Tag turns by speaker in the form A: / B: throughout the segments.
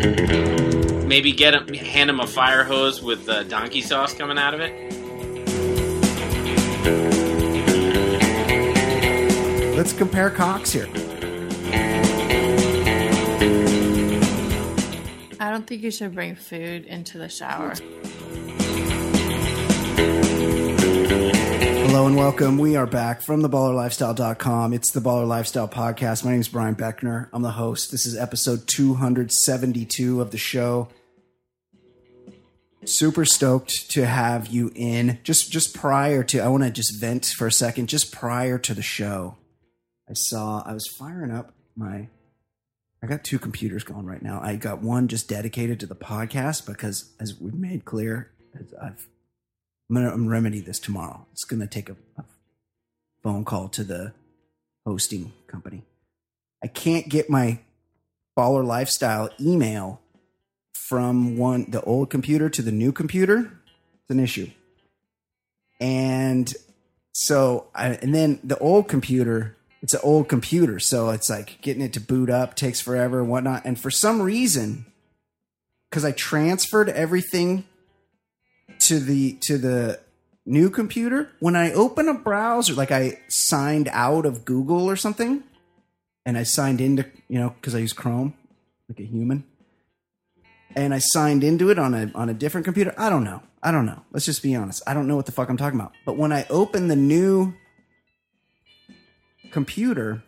A: Maybe get him, hand him a fire hose with uh, donkey sauce coming out of it.
B: Let's compare Cox here.
C: I don't think you should bring food into the shower.
B: Hello and welcome. We are back from theballerlifestyle.com. It's the Baller Lifestyle Podcast. My name is Brian Beckner. I'm the host. This is episode 272 of the show. Super stoked to have you in. Just just prior to I want to just vent for a second. Just prior to the show, I saw I was firing up my I got two computers going right now. I got one just dedicated to the podcast because as we've made clear, as I've I'm gonna I'm remedy this tomorrow. It's gonna take a, a phone call to the hosting company. I can't get my baller lifestyle email from one the old computer to the new computer. It's an issue. And so I and then the old computer, it's an old computer, so it's like getting it to boot up takes forever and whatnot. And for some reason, because I transferred everything to the to the new computer when i open a browser like i signed out of google or something and i signed into you know because i use chrome like a human and i signed into it on a on a different computer i don't know i don't know let's just be honest i don't know what the fuck i'm talking about but when i open the new computer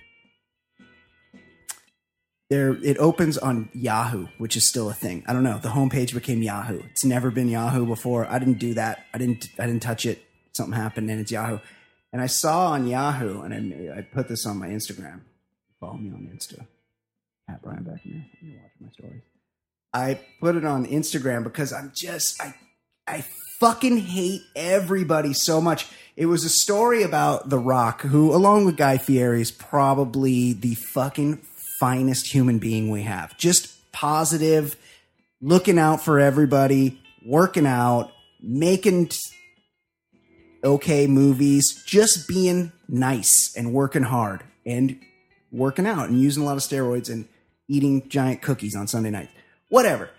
B: there it opens on Yahoo, which is still a thing. I don't know. The homepage became Yahoo. It's never been Yahoo before. I didn't do that. I didn't I didn't touch it. Something happened and it's Yahoo. And I saw on Yahoo, and I made, I put this on my Instagram. Follow me on Insta at Brian Beckner. You're watching my stories. I put it on Instagram because I'm just I I fucking hate everybody so much. It was a story about The Rock, who, along with Guy Fieri, is probably the fucking finest human being we have. Just positive, looking out for everybody, working out, making t- okay movies, just being nice and working hard and working out and using a lot of steroids and eating giant cookies on Sunday nights. Whatever.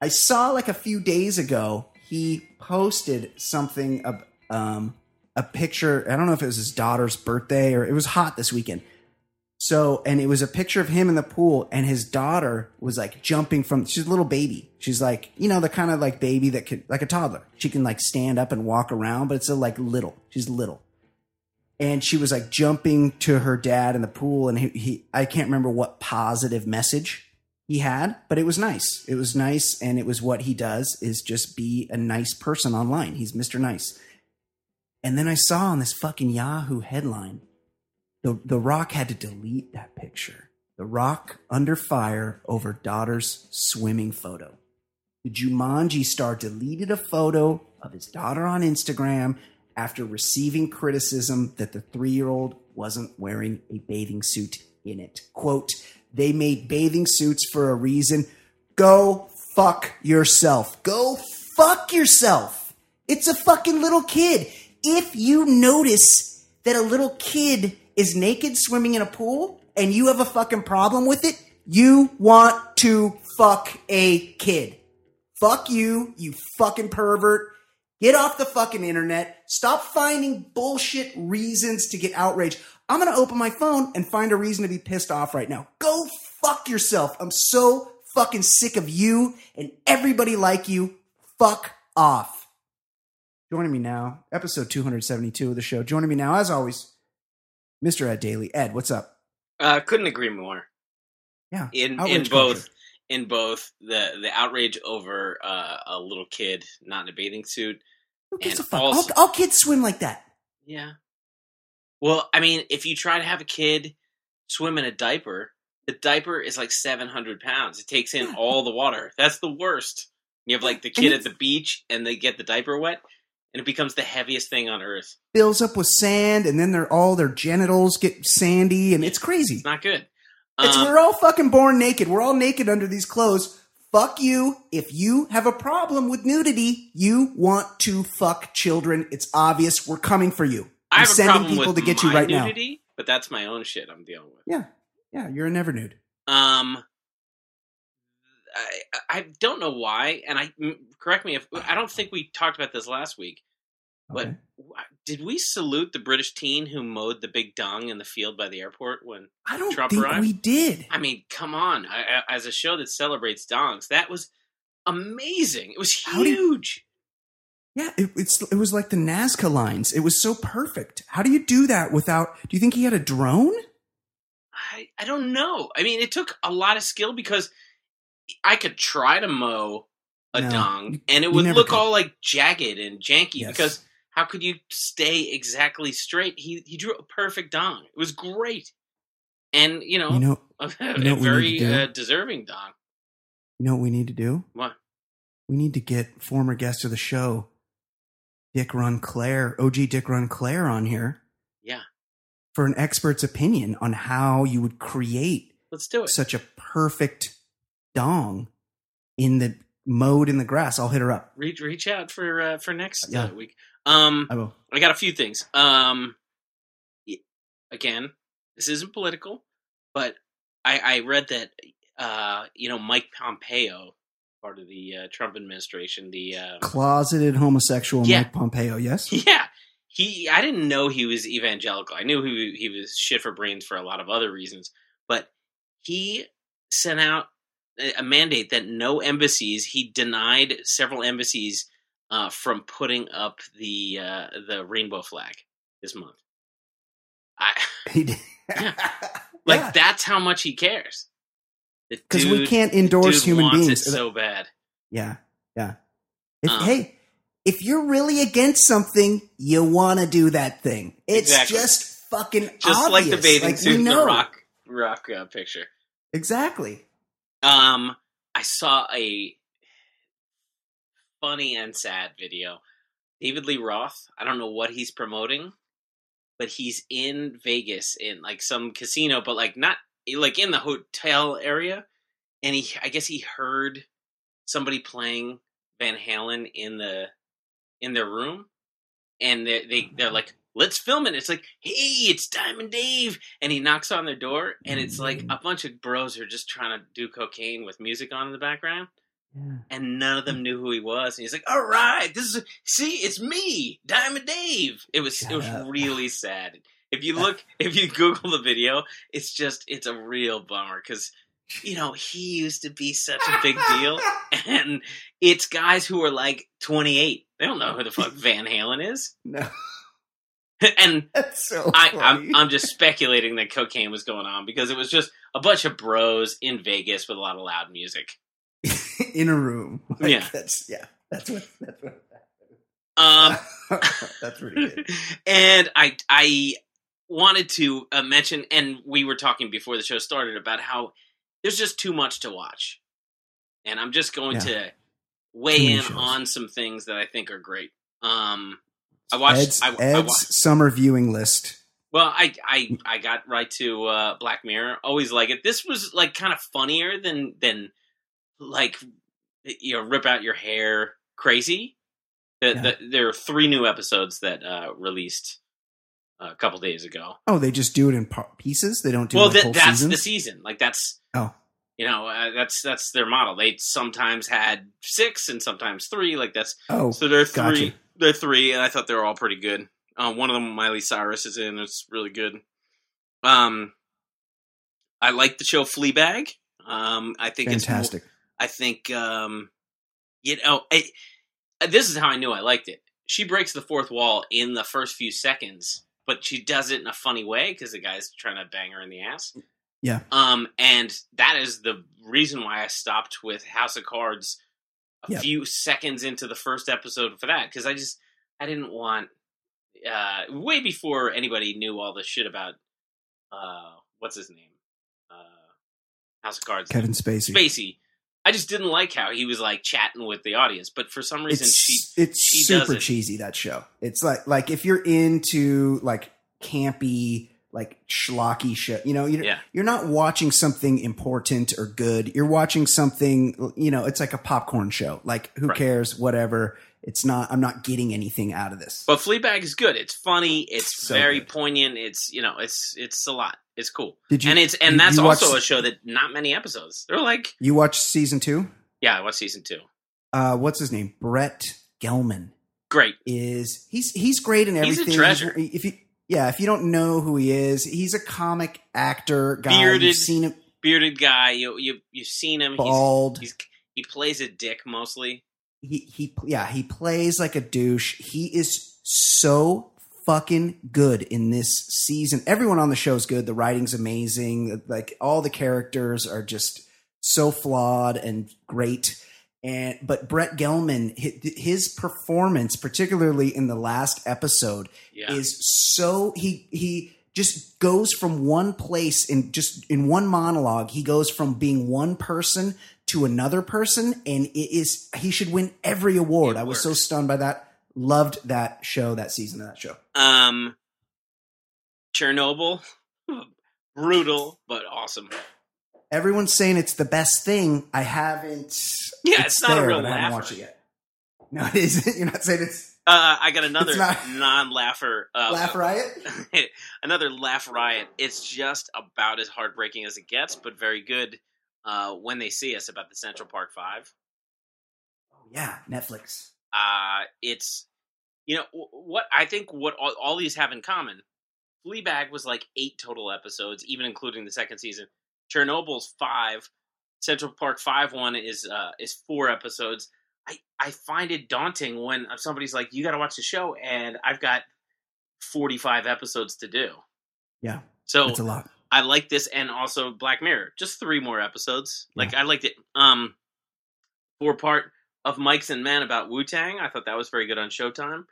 B: I saw like a few days ago he posted something of um, a picture. I don't know if it was his daughter's birthday or it was hot this weekend. So, and it was a picture of him in the pool, and his daughter was like jumping from. She's a little baby. She's like, you know, the kind of like baby that could, like a toddler. She can like stand up and walk around, but it's a like little. She's little and she was like jumping to her dad in the pool and he, he i can't remember what positive message he had but it was nice it was nice and it was what he does is just be a nice person online he's mr nice and then i saw on this fucking yahoo headline the, the rock had to delete that picture the rock under fire over daughter's swimming photo the Jumanji star deleted a photo of his daughter on Instagram after receiving criticism that the three year old wasn't wearing a bathing suit in it. Quote, they made bathing suits for a reason. Go fuck yourself. Go fuck yourself. It's a fucking little kid. If you notice that a little kid is naked swimming in a pool and you have a fucking problem with it, you want to fuck a kid. Fuck you, you fucking pervert. Get off the fucking internet. Stop finding bullshit reasons to get outraged. I'm going to open my phone and find a reason to be pissed off right now. Go fuck yourself. I'm so fucking sick of you and everybody like you. Fuck off. Joining me now, episode 272 of the show. Joining me now, as always, Mr. Ed Daly. Ed, what's up?
A: Uh, couldn't agree more.
B: Yeah,
A: In in
B: outrage
A: both
B: culture.
A: in both the the outrage over uh, a little kid not in a bathing suit.
B: Who gives
A: and
B: a fuck?
A: also-
B: all, all kids swim like that.
A: Yeah. Well, I mean, if you try to have a kid swim in a diaper, the diaper is like seven hundred pounds. It takes in all the water. That's the worst. You have like the kid at the beach and they get the diaper wet, and it becomes the heaviest thing on earth.
B: fills up with sand, and then they're all their genitals get sandy, and it's crazy.
A: It's not good.
B: It's
A: Um,
B: we're all fucking born naked. We're all naked under these clothes. Fuck you. If you have a problem with nudity, you want to fuck children. It's obvious. We're coming for you.
A: I
B: I'm
A: have a
B: sending
A: problem
B: people
A: with
B: to get you
A: my
B: right now.
A: nudity, but that's my own shit I'm dealing with.
B: Yeah, yeah. You're a never nude.
A: Um, I I don't know why, and I m- correct me if I don't think we talked about this last week. But
B: Okay.
A: wh- did we salute the British teen who mowed the big dung in the field by the airport? When
B: I don't
A: Trump
B: think
A: arrived?
B: we did.
A: I mean, come on! I, I, as a show that celebrates dongs, that was amazing. It was
B: How do you-
A: huge.
B: Yeah, it, it's it was like the Nazca lines. It was so perfect. How do you do that without? Do you think he had a drone?
A: I, I don't know. I mean, it took a lot of skill because I could try to mow a
B: No,
A: dong
B: you-
A: and it
B: you
A: would
B: never
A: look
B: could.
A: all like jagged and janky
B: Yes.
A: because how could you stay exactly straight? He he drew a perfect dong. It was great. And, you know,
B: You know,
A: a,
B: know what we need
A: very
B: to do?
A: uh, deserving dong.
B: You know what we need to do?
A: What?
B: We need to get former guest of the show, Dick Runclair, OG Dick Runclair, on here.
A: Yeah.
B: For an expert's opinion on how you would create
A: Let's do it.
B: such a perfect dong in the mode in the grass. I'll hit her up.
A: reach reach out for uh, for next
B: Yeah.
A: uh, week. Um
B: I will.
A: I got a few things. Um, y- again, this isn't political, but I, I read that uh, you know Mike Pompeo, part of the uh, Trump administration, the uh,
B: Closeted homosexual
A: Yeah.
B: Mike Pompeo, yes?
A: yeah, he I didn't know he was evangelical. I knew he he was shit for brains for a lot of other reasons, but he sent out a- a mandate that no embassies. He denied several embassies uh, from putting up the uh, the rainbow flag this month. I
B: He did.
A: Yeah. like
B: Yeah.
A: that's how much he cares.
B: Because we can't
A: endorse
B: endorse human
A: wants
B: beings.
A: It so bad.
B: Yeah, yeah. If,
A: Um,
B: hey, if you're really against something, you want to do that thing. It's
A: Exactly.
B: just fucking
A: Just like the
B: obvious.
A: bathing
B: Like,
A: suit
B: we
A: in the
B: know.
A: rock rock uh, picture.
B: Exactly.
A: Um, I saw a funny and sad video. David Lee Roth. I don't know what he's promoting, but he's in Vegas in like some casino, but like not eh, like in the hotel area. And he, I guess he heard somebody playing Van Halen in the in their room, and they, they they're like, "Let's film it." It's like, "Hey, it's Diamond Dave," and he knocks on their door, and it's like
B: Mm.
A: a bunch of bros who are just trying to do cocaine with music on in the background, and none of them knew who he was. And he's like, "All right, this is see, it's me, Diamond Dave." It was
B: Shut
A: it was
B: up.
A: really sad. If you look, if you Google the video, it's just it's a real bummer because you know he used to be such a big deal and it's guys who are like 28. They don't know who the fuck Van Halen is.
B: No,
A: and
B: that's so
A: I,
B: funny.
A: I'm, I'm just speculating that cocaine was going on because it was just a bunch of bros in Vegas with a lot of loud music.
B: in a room.
A: Yeah.
B: That's yeah. That's what. That's what.
A: Um,
B: that's pretty good.
A: and I, I wanted to uh, mention, and we were talking before the show started about how there's just too much to watch, and I'm just going
B: Yeah.
A: to
B: Too
A: weigh
B: many
A: in
B: shows.
A: on some things that I think are great. Um, I watched.
B: Ed's,
A: I, I
B: Ed's
A: watched.
B: summer viewing list.
A: Well, I I I got right to uh, Black Mirror. Always like it. This was like kind of funnier than than like you know rip out your hair crazy. The,
B: Yeah.
A: the, there are three new episodes that uh, released uh, a couple days ago.
B: Oh, they just do it in par- pieces. They don't do
A: well,
B: like
A: that
B: whole
A: that's the
B: seasons?
A: season. Like that's
B: Oh.
A: you know uh, that's that's their model. They sometimes had six and sometimes three. Like that's
B: Oh,
A: so there are
B: gotcha.
A: three There are three, and I thought they were all pretty good. Uh, one of them, Miley Cyrus, is in. It's really good. Um, I like the show Fleabag. Um, I think it's more-
B: Fantastic.
A: I think um you know I, this is how I knew I liked it. She breaks the fourth wall in the first few seconds, but she does it in a funny way because the guy's trying to bang her in the ass.
B: Mm, Yeah.
A: Um, and that is the reason why I stopped with House of Cards a
B: Yeah.
A: few seconds into the first episode for that because I just I didn't want uh way before anybody knew all the shit about uh what's his name uh House of Cards
B: Kevin Spacey.
A: Spacey. I just didn't like how he was like chatting with the audience, but for some reason
B: it's
A: she
B: it's
A: she does
B: super
A: it.
B: cheesy that show. It's like like if you're into like campy like schlocky shit, you know, you're,
A: Yeah.
B: you're not watching something important or good. You're watching something, you know, it's like a popcorn show. Like who
A: Right.
B: cares? Whatever. It's not. I'm not getting anything out of this.
A: but Fleabag is good. It's funny, it's
B: So
A: very
B: good.
A: poignant, it's you know, it's it's a lot. It's cool.
B: Did you?
A: and it's and
B: you-
A: that's
B: you
A: also
B: watched-
A: a show that not many episodes. They're like
B: you watched season two.
A: Yeah, I watched season two.
B: Uh, what's his name? Brett Gelman.
A: Great.
B: is he's he's great in
A: He's a
B: everything.
A: treasure.
B: If you yeah, if you don't know who he is, he's a comic actor guy.
A: Bearded.
B: You've seen him
A: Bearded guy, you you you've seen him.
B: bald.
A: He's, he's he plays a dick mostly.
B: he he yeah, he plays like a douche. He is so fucking good in this season. Everyone on the show is good. The writing's amazing. Like all the characters are just so flawed and great. And but Brett Gelman, hi- his performance, particularly in the last episode,
A: Yeah.
B: is so he he just goes from one place in just in one monologue he goes from being one person to another person and it is he should win every award
A: It
B: i was so
A: works.
B: stunned by that loved that show that season of that show
A: um Chernobyl. Brutal, but awesome.
B: everyone's saying it's the best thing i haven't
A: Yeah, it's not a real
B: but i haven't
A: laugher.
B: watched it yet no it isn't you're not saying it's
A: Uh, I got another
B: It's not-
A: non-laugher. Uh,
B: laugh riot
A: another laugh riot. It's just about as heartbreaking as it gets, but very good. Uh, when they see us about the Central Park Five,
B: yeah netflix
A: uh, it's you know wh- what I think what all, all these have in common. Fleabag was like eight total episodes, even including the second season. Chernobyl's five. Central Park Five one is uh, is four episodes. I I find it daunting when somebody's like, "You got to watch the show," and I've got forty five episodes to do.
B: yeah
A: So
B: it's a lot
A: I like this and also Black Mirror. Just three more episodes. Like I liked it. Um four part of Mike's and Men about Wu Tang. I thought that was very good on Showtime.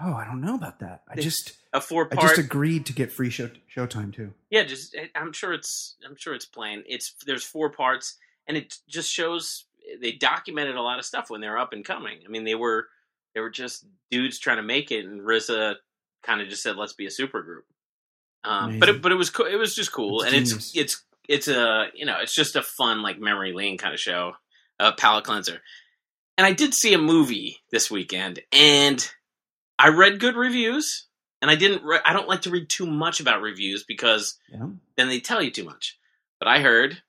B: oh i don't know about that i
A: They-
B: just
A: A four
B: i
A: part
B: just agreed to get free show showtime too
A: Yeah, just eh, I'm sure it's I'm sure it's plain. It's there's four parts and it just shows eh, they documented a lot of stuff when they were up and coming. I mean they were they were just dudes trying to make it and RZA kind of just said let's be a supergroup. Um, but
B: Amazing.
A: it, but it was co- it was just cool
B: That's
A: and
B: genius.
A: it's it's it's a you know it's just a fun like memory lane kind of show, a palate cleanser. And I did see a movie this weekend and I read good reviews and I didn't re- I don't like to read too much about reviews because
B: yeah
A: then they tell you too much. But I heard,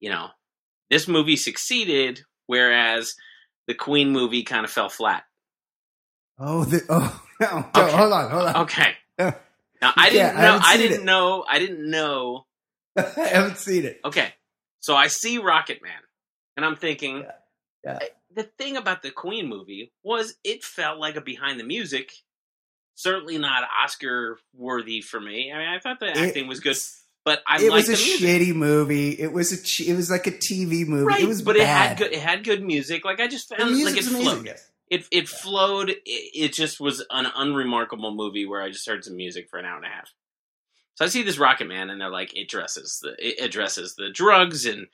A: you know, this movie succeeded, whereas the Queen movie kind of fell flat.
B: Oh, the, oh, no. No, hold on, hold on.
A: Okay.
B: Yeah.
A: Now I didn't
B: Yeah, I
A: know.
B: haven't
A: I,
B: seen
A: didn't
B: it.
A: know. I didn't know.
B: I haven't seen it.
A: Okay. So I see Rocket Man, and I'm thinking,
B: Yeah. Yeah.
A: I- the thing about the Queen movie was it felt like a behind the music. Certainly not Oscar worthy for me. I mean, I thought the
B: It-
A: acting was good, but I
B: it
A: liked
B: was
A: the
B: a
A: music.
B: shitty movie. It was a che- it was like a TV movie.
A: right,
B: it was
A: but
B: bad.
A: it had good. It had good music. Like I just
B: The
A: found like it
B: music's amazing,
A: flowed.
B: yes.
A: It it flowed. It, it just was an unremarkable movie where I just heard some music for an hour and a half. So I see this Rocket Man, and they're like, it addresses the it addresses the drugs and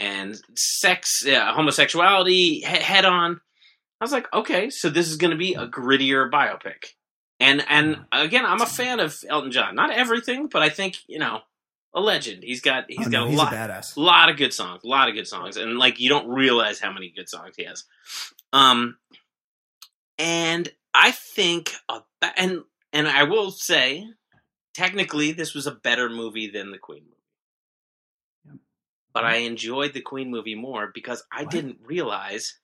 A: and sex, uh, homosexuality he, head on. I was like, okay, so this is going to be a grittier biopic. And and again, I'm a fan of Elton John. Not everything, but I think you know, a legend. He's got
B: Oh,
A: he's
B: no,
A: got
B: he's
A: a lot
B: a badass.
A: a lot of good songs, a lot of good songs, and like you don't realize how many good songs he has. Um, and I think a, and and I will say, technically, this was a better movie than the Queen movie. But I enjoyed the Queen movie more because I
B: What?
A: didn't realize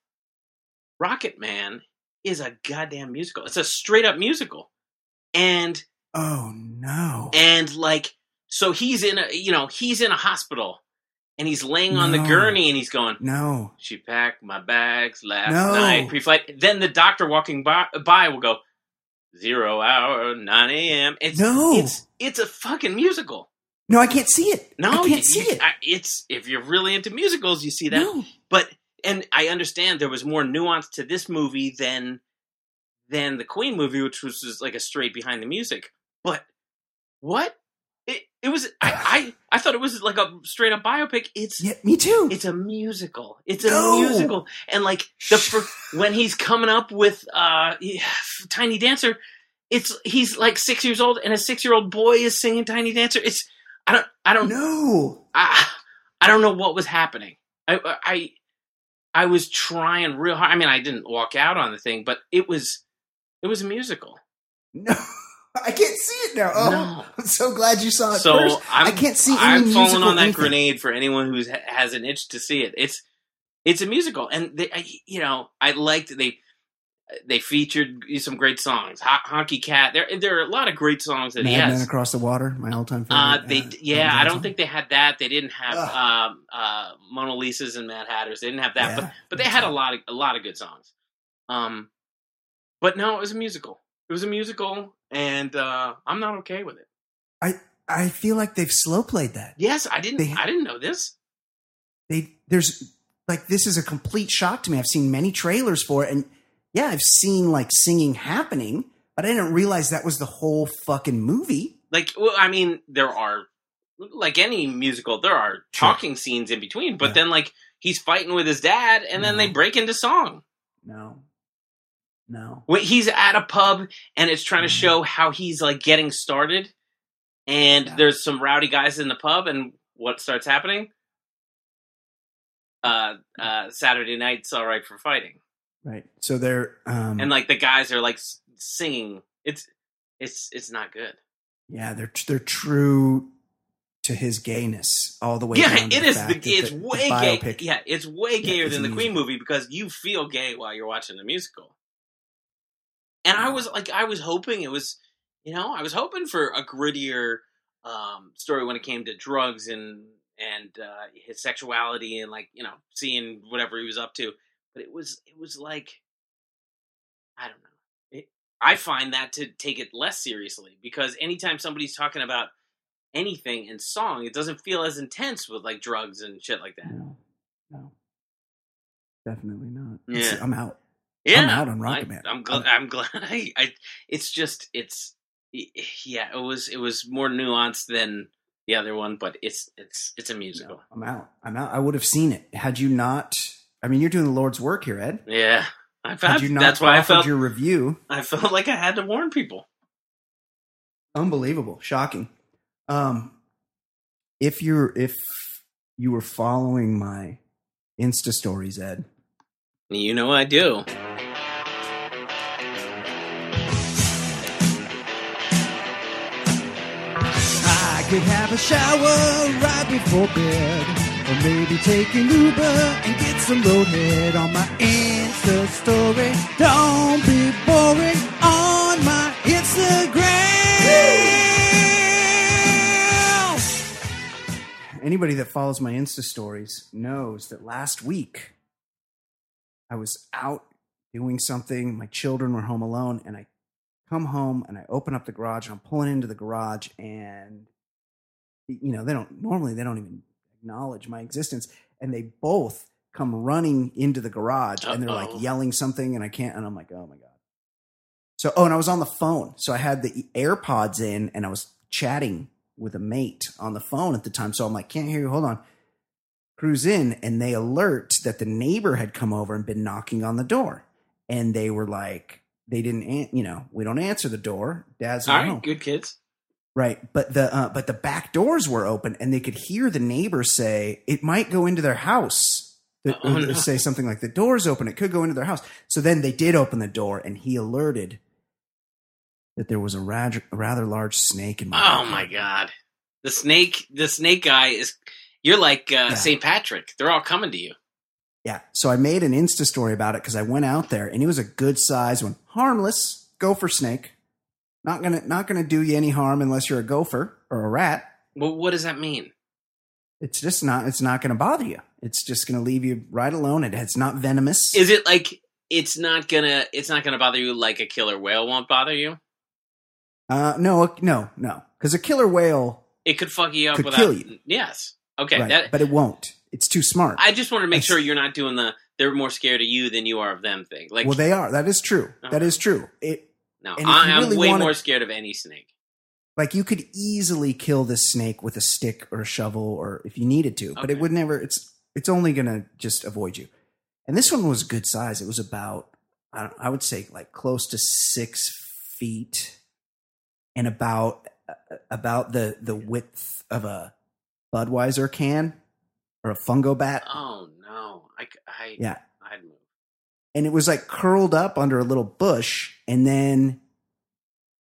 A: Rocket Man is a goddamn musical. It's a straight up musical, and
B: Oh no.
A: and like so he's in a you know he's in a hospital, and he's laying on
B: No.
A: the gurney and he's going.
B: no.
A: She packed my bags last
B: No.
A: night pre-flight. Then the doctor walking by, by will go zero hour nine a.m. It's
B: No.
A: it's it's a fucking musical.
B: No, I can't see it.
A: No,
B: I can't
A: you-
B: see
A: you-
B: it.
A: I- it's if you're really into musicals, you see that.
B: no.
A: But and I understand there was more nuance to this movie than than the Queen movie, which was just like a straight behind the music. But what it it was? I I, I thought it was like a straight up biopic. It's
B: Yeah, me too.
A: it's a musical. It's a
B: No.
A: musical, and like the fir- when he's coming up with uh yeah, Tiny Dancer, it's he's like six years old, and a six year old boy is singing Tiny Dancer. It's I don't I don't
B: no.
A: I I don't know what was happening. I I I was trying real hard. I mean, I didn't walk out on the thing, but it was it was a musical.
B: No. I can't see it now. Oh,
A: No.
B: I'm so glad you saw it
A: So
B: first.
A: I'm,
B: I can't see any
A: I'm falling
B: musical
A: on that
B: anything.
A: grenade for anyone who has an itch to see it. It's it's a musical, and they, I, you know I liked they they featured some great songs. Ho- Honky Cat. There there are a lot of great songs that he
B: Mad Men
A: has.
B: Across the Water, my all-time favorite.
A: Uh, they yeah, I don't
B: Johnson.
A: think they had that. They didn't have
B: Ugh.
A: um, uh, Mona Lisa's and Mad Hatters. They didn't have that,
B: Yeah,
A: but but they
B: that's
A: had a
B: right.
A: lot of a lot of good songs. Um, but no, it was a musical. It was a musical, and uh, I'm not okay with it.
B: I feel like they've slow played that.
A: Yes, I didn't.
B: They-
A: I didn't know this.
B: They there's like this is a complete shock to me. I've seen many trailers for it, and yeah, I've seen like singing happening, but I didn't realize that was the whole fucking movie.
A: Like, well, I mean, there are like any musical, there are
B: Sure.
A: talking scenes in between. But
B: Yeah.
A: then, like, he's fighting with his dad, and then they
B: Mhm.
A: break into song.
B: No, no.
A: When he's at a pub and it's trying to
B: Mhm.
A: show how he's like getting started, and
B: Yeah.
A: there's some rowdy guys in the pub, and what starts happening? Uh, uh, Saturday night's all right for fighting,
B: Right. So they're um
A: and like the guys are like s- singing. It's it's it's not good.
B: yeah, they're they're true to his gayness all the way.
A: yeah,
B: down to
A: it
B: the
A: is.
B: fact
A: The,
B: that
A: it's
B: the- the
A: way gay.
B: biopic-
A: Yeah, it's way gayer
B: it's
A: than
B: a
A: the Queen movie because you feel gay while you're watching the musical. And I was like, I was hoping it was, you know, I was hoping for a grittier um, story when it came to drugs and and uh, his sexuality and like you know seeing whatever he was up to. But it was it was like, I don't know. It, I find that to take it less seriously because anytime somebody's talking about anything in song, it doesn't feel as intense with like drugs and shit like that.
B: No, no, definitely not.
A: Yeah.
B: It's- I'm out.
A: Yeah,
B: out on Rocket
A: I-
B: Man.
A: I'm glad. I'm glad. I, I. It's just. It's. Yeah. It was. It was more nuanced than the other one, but it's. It's. It's a musical.
B: I'm out. I'm out. I would have seen it had you not. I mean, you're doing the Lord's work here, Ed.
A: Yeah. I
B: Had
A: felt.
B: you not
A: That's why I
B: offered
A: felt.
B: your review.
A: I felt like I had to warn people.
B: Unbelievable, shocking. Um, if you're if you were following my Insta stories, Ed,
A: You know I do.
D: I could have a shower right before bed. Or maybe take an Uber and get some roadhead on my Insta story. Don't be boring on my Instagram.
B: anybody that follows my Insta stories knows that last week I was out doing something. My children were home alone, and I come home and I open up the garage and I'm pulling into the garage, and you know they don't normally they don't even acknowledge my existence, and they both come running into the garage and they're
A: Uh-oh.
B: like yelling something, and I can't, and I'm like, oh my god. So oh, and I was on the phone, so I had the e, AirPods in, and I was chatting with a mate on the phone at the time. So I'm like, can't hear you. Hold on. Cruise in, and they alert that the neighbor had come over and been knocking on the door. And they were like, they didn't, an- you know, we don't answer the door. Dad's
A: All
B: not
A: right.
B: home.
A: Good kids.
B: Right, but the uh, but the back doors were open, and they could hear the neighbor say it might go into their house. The,
A: Oh,
B: or
A: no.
B: Say something like the door's open; it could go into their house. So then they did open the door, and he alerted that there was a rather, rather large snake in my.
A: Oh
B: backyard.
A: my god. The snake. The snake guy is. You're like uh,
B: Yeah.
A: Saint Patrick. They're all coming to you.
B: Yeah. So I made an Insta story about it because I went out there and it was a good size one. Harmless gopher snake. Not gonna not gonna do you any harm unless you're a gopher or a rat.
A: Well, what does that mean?
B: It's just not it's not gonna bother you. It's just gonna leave you right alone. It, it's not venomous.
A: Is it like it's not gonna it's not gonna bother you like a killer whale won't bother you?
B: uh no, no, no. Because a killer whale
A: It could fuck you up
B: Could
A: without.
B: kill you.
A: Yes. Okay.
B: right,
A: That.
B: but it won't. It's too smart.
A: I just wanted to make
B: It's-
A: sure you're not doing the they're more scared of you than you are of them thing. Like Uh-huh.
B: well they are. That is true. That is true. It
A: no,
B: and if
A: I,
B: you
A: I'm
B: really
A: way
B: wanted-
A: more scared of any snake.
B: like you could easily kill this snake with a stick or a shovel or if you needed to but it
A: Okay.
B: would never it's it's only gonna just avoid you and this one was good size it was about i, don't, I would say like close to six feet and about uh, about the the width of a budweiser can or a fungo bat
A: Oh no, I, c- I-
B: yeah
A: I'd move.
B: and it was like curled up under a little bush and then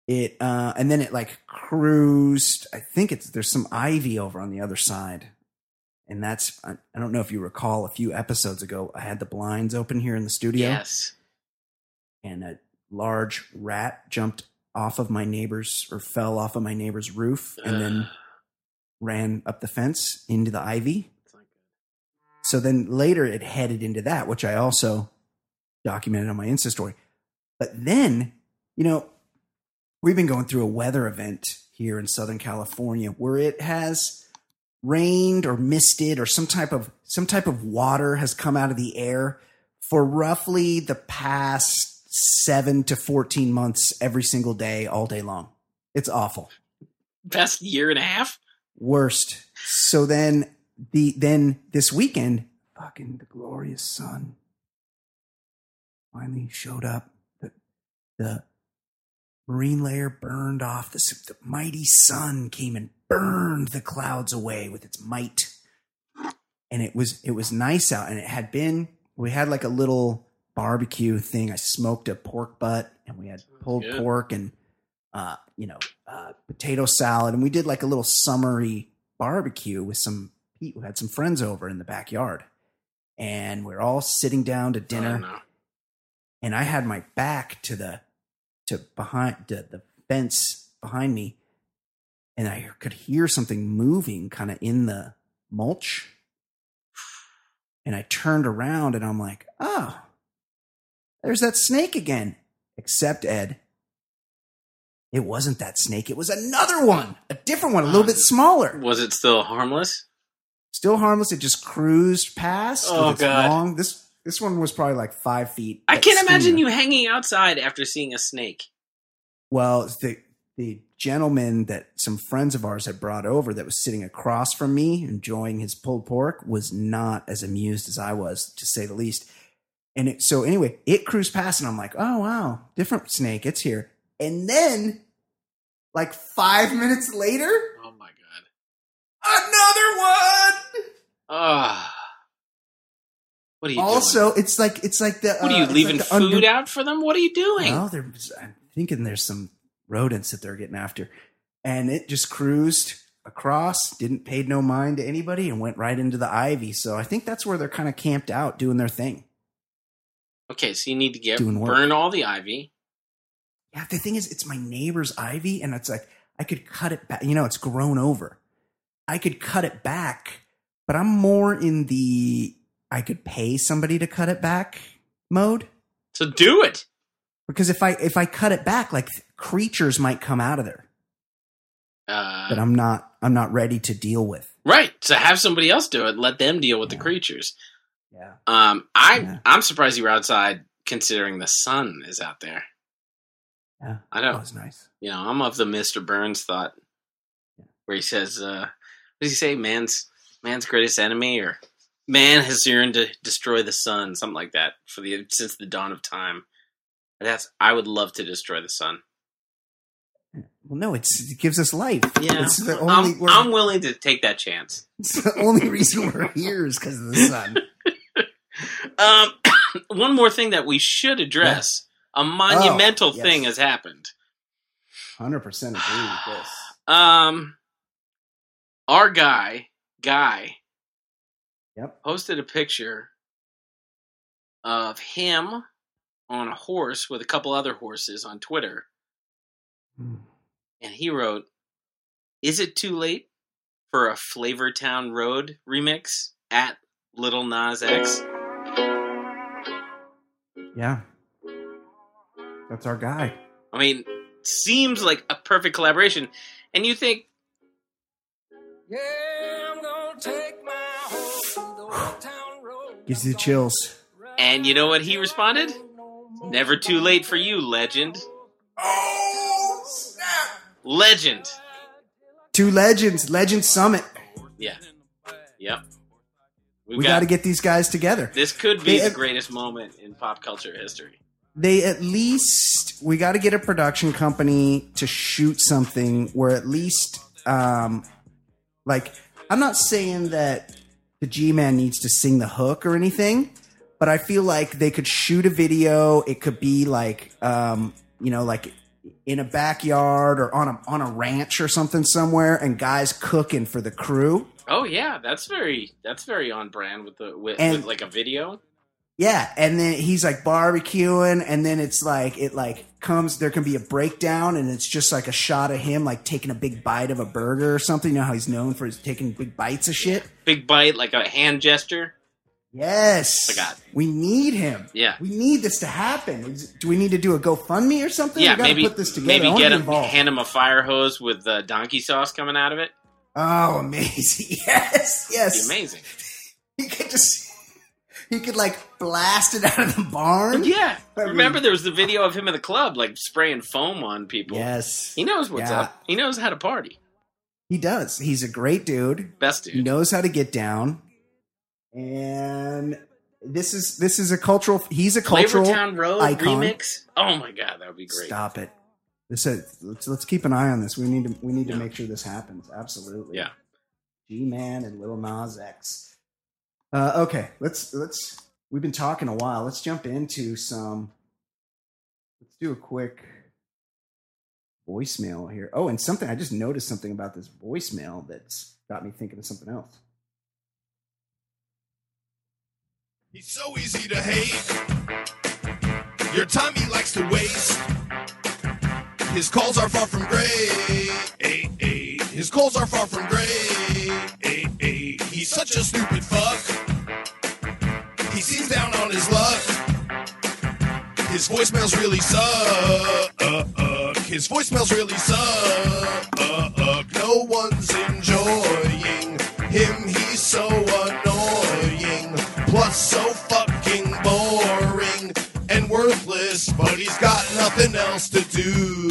B: it uh and then it like cruised i think it's there's some ivy over on the other side and that's i, I don't know if you recall a few episodes ago i had the blinds open here in the studio
A: Yes.
B: and a large rat jumped off of my neighbor's or fell off of my neighbor's roof and then
A: Ugh,
B: ran up the fence into the ivy
A: it's like-
B: so then later it headed into that, which I also documented on my Insta story. But then, you know, we've been going through a weather event here in Southern California where it has rained or misted or some type of some type of water has come out of the air for roughly the past 7 to 14 months every single day all day long. It's awful
A: best year and a half.
B: worst. So then the then this weekend, fucking the glorious sun finally showed up. The the marine layer burned off. The, s- the mighty sun came and burned the clouds away with its might. And it was it was nice out, and it had been we had like a little barbecue thing. I smoked a pork butt, and we had pulled
A: good.
B: pork and uh, you know uh, potato salad, and we did like a little summery barbecue with some we had some friends over in the backyard, and we're all sitting down to dinner
A: I don't know.
B: and I had my back to the to behind to the fence behind me, and I could hear something moving kind of in the mulch. And I turned around and I'm like, oh, there's that snake again. Except Ed, it wasn't that snake. It was another one, a different one, a little bit smaller.
A: Was it still harmless?
B: Still harmless. It just cruised past.
A: Oh,
B: with its
A: God.
B: long- This this one was probably like five feet.
A: I
B: That
A: can't imagine
B: stinger.
A: you hanging outside after seeing a snake.
B: Well, it's the the gentleman that some friends of ours had brought over that was sitting across from me enjoying his pulled pork was not as amused as I was, to say the least. And it, so anyway, it cruised past and I'm like, oh wow, different snake, it's here. And then like five minutes later,
A: Oh my god.
B: another one.
A: Ah. What are you doing?
B: Also, it's like it's like the
A: What
B: uh,
A: are you
B: it's
A: leaving
B: like the
A: food
B: under-
A: out for them? What are you doing?
B: Well, there's, I'm thinking there's some rodents that they're getting after. And it just cruised across, didn't pay no mind to anybody, and went right into the ivy. So I think that's where they're kind of camped out doing their thing.
A: okay, so you need to get
B: Doing work.
A: burn all the ivy.
B: Yeah, the thing is, it's my neighbor's ivy, and it's like I could cut it back. You know, it's grown over. I could cut it back, but I'm more in the I could pay somebody to cut it back mode.
A: So do it.
B: Because if I if I cut it back, like creatures might come out of there. that
A: Uh,
B: I'm not I'm not ready to deal with.
A: right. So have somebody else do it. Let them deal with the
B: Yeah.
A: creatures.
B: Yeah.
A: Um, I
B: Yeah.
A: I'm surprised you were outside considering the sun is out there.
B: Yeah.
A: I
B: That
A: know.
B: was nice.
A: You know, I'm of the Mr. Burns thought where he says, uh, what does he say? Man's man's greatest enemy or man has yearned to destroy the sun, something like that, for the since the dawn of time. That's I would love to destroy the sun.
B: Well, no, it's it gives us life.
A: Yeah.
B: It's the only
A: I'm,
B: we're,
A: I'm willing to take that chance.
B: it's the only reason we're here is because of the sun.
A: Um, one more thing that we should address. A monumental
B: Oh, yes.
A: thing has happened.
B: Hundred percent agree with this.
A: Um, our guy, guy,
B: Yep.
A: posted a picture of him on a horse with a couple other horses on Twitter.
B: Hmm.
A: And he wrote, Is it too late for a Flavortown Road remix at Little Nas X?
B: Yeah. That's our guy.
A: I mean, seems like a perfect collaboration. And you think,
E: Yeah, I'm gonna take my horse to the old town road.
B: Gives you the chills.
A: and you know what he responded? Never too late for you, legend.
E: Oh, snap!
A: Legend.
B: Two legends, Legend Summit.
A: Yeah. Yep. We've
B: We
A: got,
B: got to get these guys together.
A: this could be
B: They-
A: the greatest moment in pop culture history.
B: They at least we got to get a production company to shoot something where at least, um, like, I'm not saying that the G-Man needs to sing the hook or anything, but I feel like they could shoot a video. It could be like, um, you know, like in a backyard or on a on a ranch or something somewhere, and guys cooking for the crew.
A: Oh yeah, that's very that's very on brand with the with,
B: And-
A: with like a video.
B: Yeah, and then he's like barbecuing, and then it's like it like comes. There can be a breakdown, and it's just like a shot of him like taking a big bite of a burger or something. You know how he's known for his taking big bites of shit.
A: Big bite, like a hand gesture.
B: Yes,
A: I got it.
B: we need him.
A: Yeah.
B: we need this to happen. Is- Do we need to do a GoFundMe or something?
A: yeah,
B: we gotta
A: maybe
B: put this together. I
A: maybe
B: wanna
A: get
B: be
A: him
B: involved.
A: hand him a fire hose with uh, donkey sauce coming out of it.
B: oh, amazing! Yes,
A: It'd
B: yes.
A: be amazing.
B: He could just he could like blast it out of the barn.
A: Yeah,
B: I mean-
A: remember there was the video of him in the club like spraying foam on people.
B: Yes,
A: He knows what's
B: Yeah.
A: up. He knows how to party.
B: he does. He's a great dude.
A: Best
B: He
A: dude.
B: knows how to get down, and this is this is a cultural. He's a cultural.
A: Flavortown Road
B: icon.
A: remix. Oh my god, that would be great.
B: Stop it. This is, let's let's keep an eye on this. We need to we need to
A: Yeah.
B: make sure this happens. Absolutely.
A: Yeah.
B: G Man and Lil Nas X. Uh, okay, let's let's. We've been talking a while. Let's jump into some. Let's do a quick voicemail here. Oh, and something I just noticed something about this voicemail that's got me thinking of something else.
F: He's so easy to hate. Your time he likes to waste. His calls are far from great. Ay, ay. His calls are far from great. Ay, ay. He's such a stupid fuck. He seems down on his luck. His voicemails really suck. His voicemails really suck. No one's enjoying him. He's so annoying. Plus, so fucking boring and worthless. But he's got nothing else to do.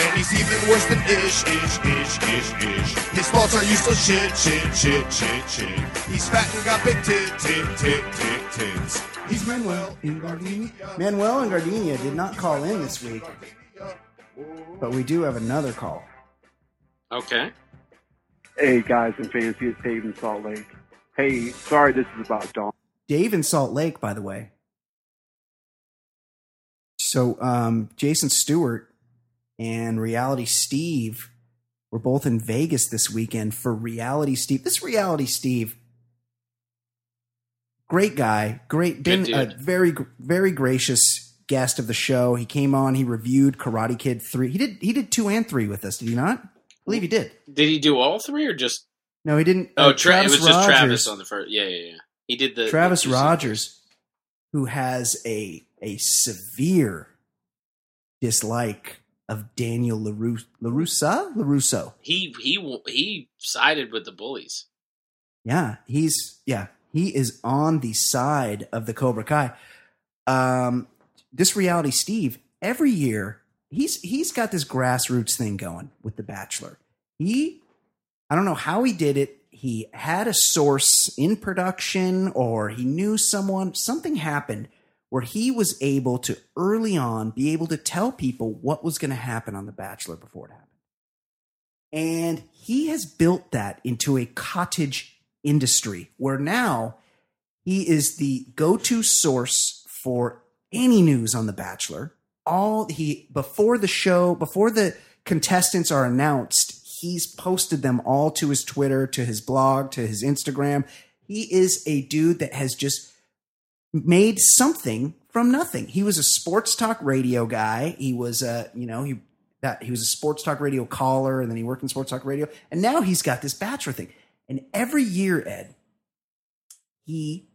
F: And he's even worse than ish, ish, ish, ish, ish. His thoughts are useless shit, shit, shit, shit, shit. He's fat and got big tit, tit, tit, tit, tits. He's Manuel in Gardenia.
B: Manuel and Gardenia did not call in this week, but we do have another call.
A: Okay.
G: Hey guys in fancy, it's Dave in Salt Lake. Hey, sorry this is about Dawn.
B: Dave in Salt Lake, by the way. So, um, Jason Stewart and Reality Steve were both in Vegas this weekend for Reality Steve. This Reality Steve, great guy, great, been
A: Good
B: a
A: dude.
B: very, very gracious guest of the show. He came on, he reviewed Karate Kid three. He did, he did two and three with us. Did he not? I believe he did.
A: Did he do all three or just
B: No, he didn't.
A: Oh,
B: uh,
A: Tra- it was just Travis
B: Rogers-
A: on the first. Yeah, yeah, yeah. He did the
B: Travis
A: the two seasons.
B: Rogers, who has a a severe dislike of Daniel LaRu- LaRussa? LaRusso.
A: He he w- he sided with the bullies.
B: Yeah, he's yeah, he is on the side of the Cobra Kai. Um this reality Steve, every year he's he's got this grassroots thing going with The Bachelor. He I don't know how he did it. He had a source in production or he knew someone, something happened where he was able to early on be able to tell people what was going to happen on The Bachelor before it happened. And he has built that into a cottage industry where now he is the go-to source for any news on The Bachelor. All he before the show, before the contestants are announced, he's posted them all to his Twitter, to his blog, to his Instagram. He is a dude that has just made something from nothing. He was a sports talk radio guy. He was a, you know, he that he was a sports talk radio caller and then he worked in sports talk radio. And now he's got this bachelor thing. And every year, Ed, he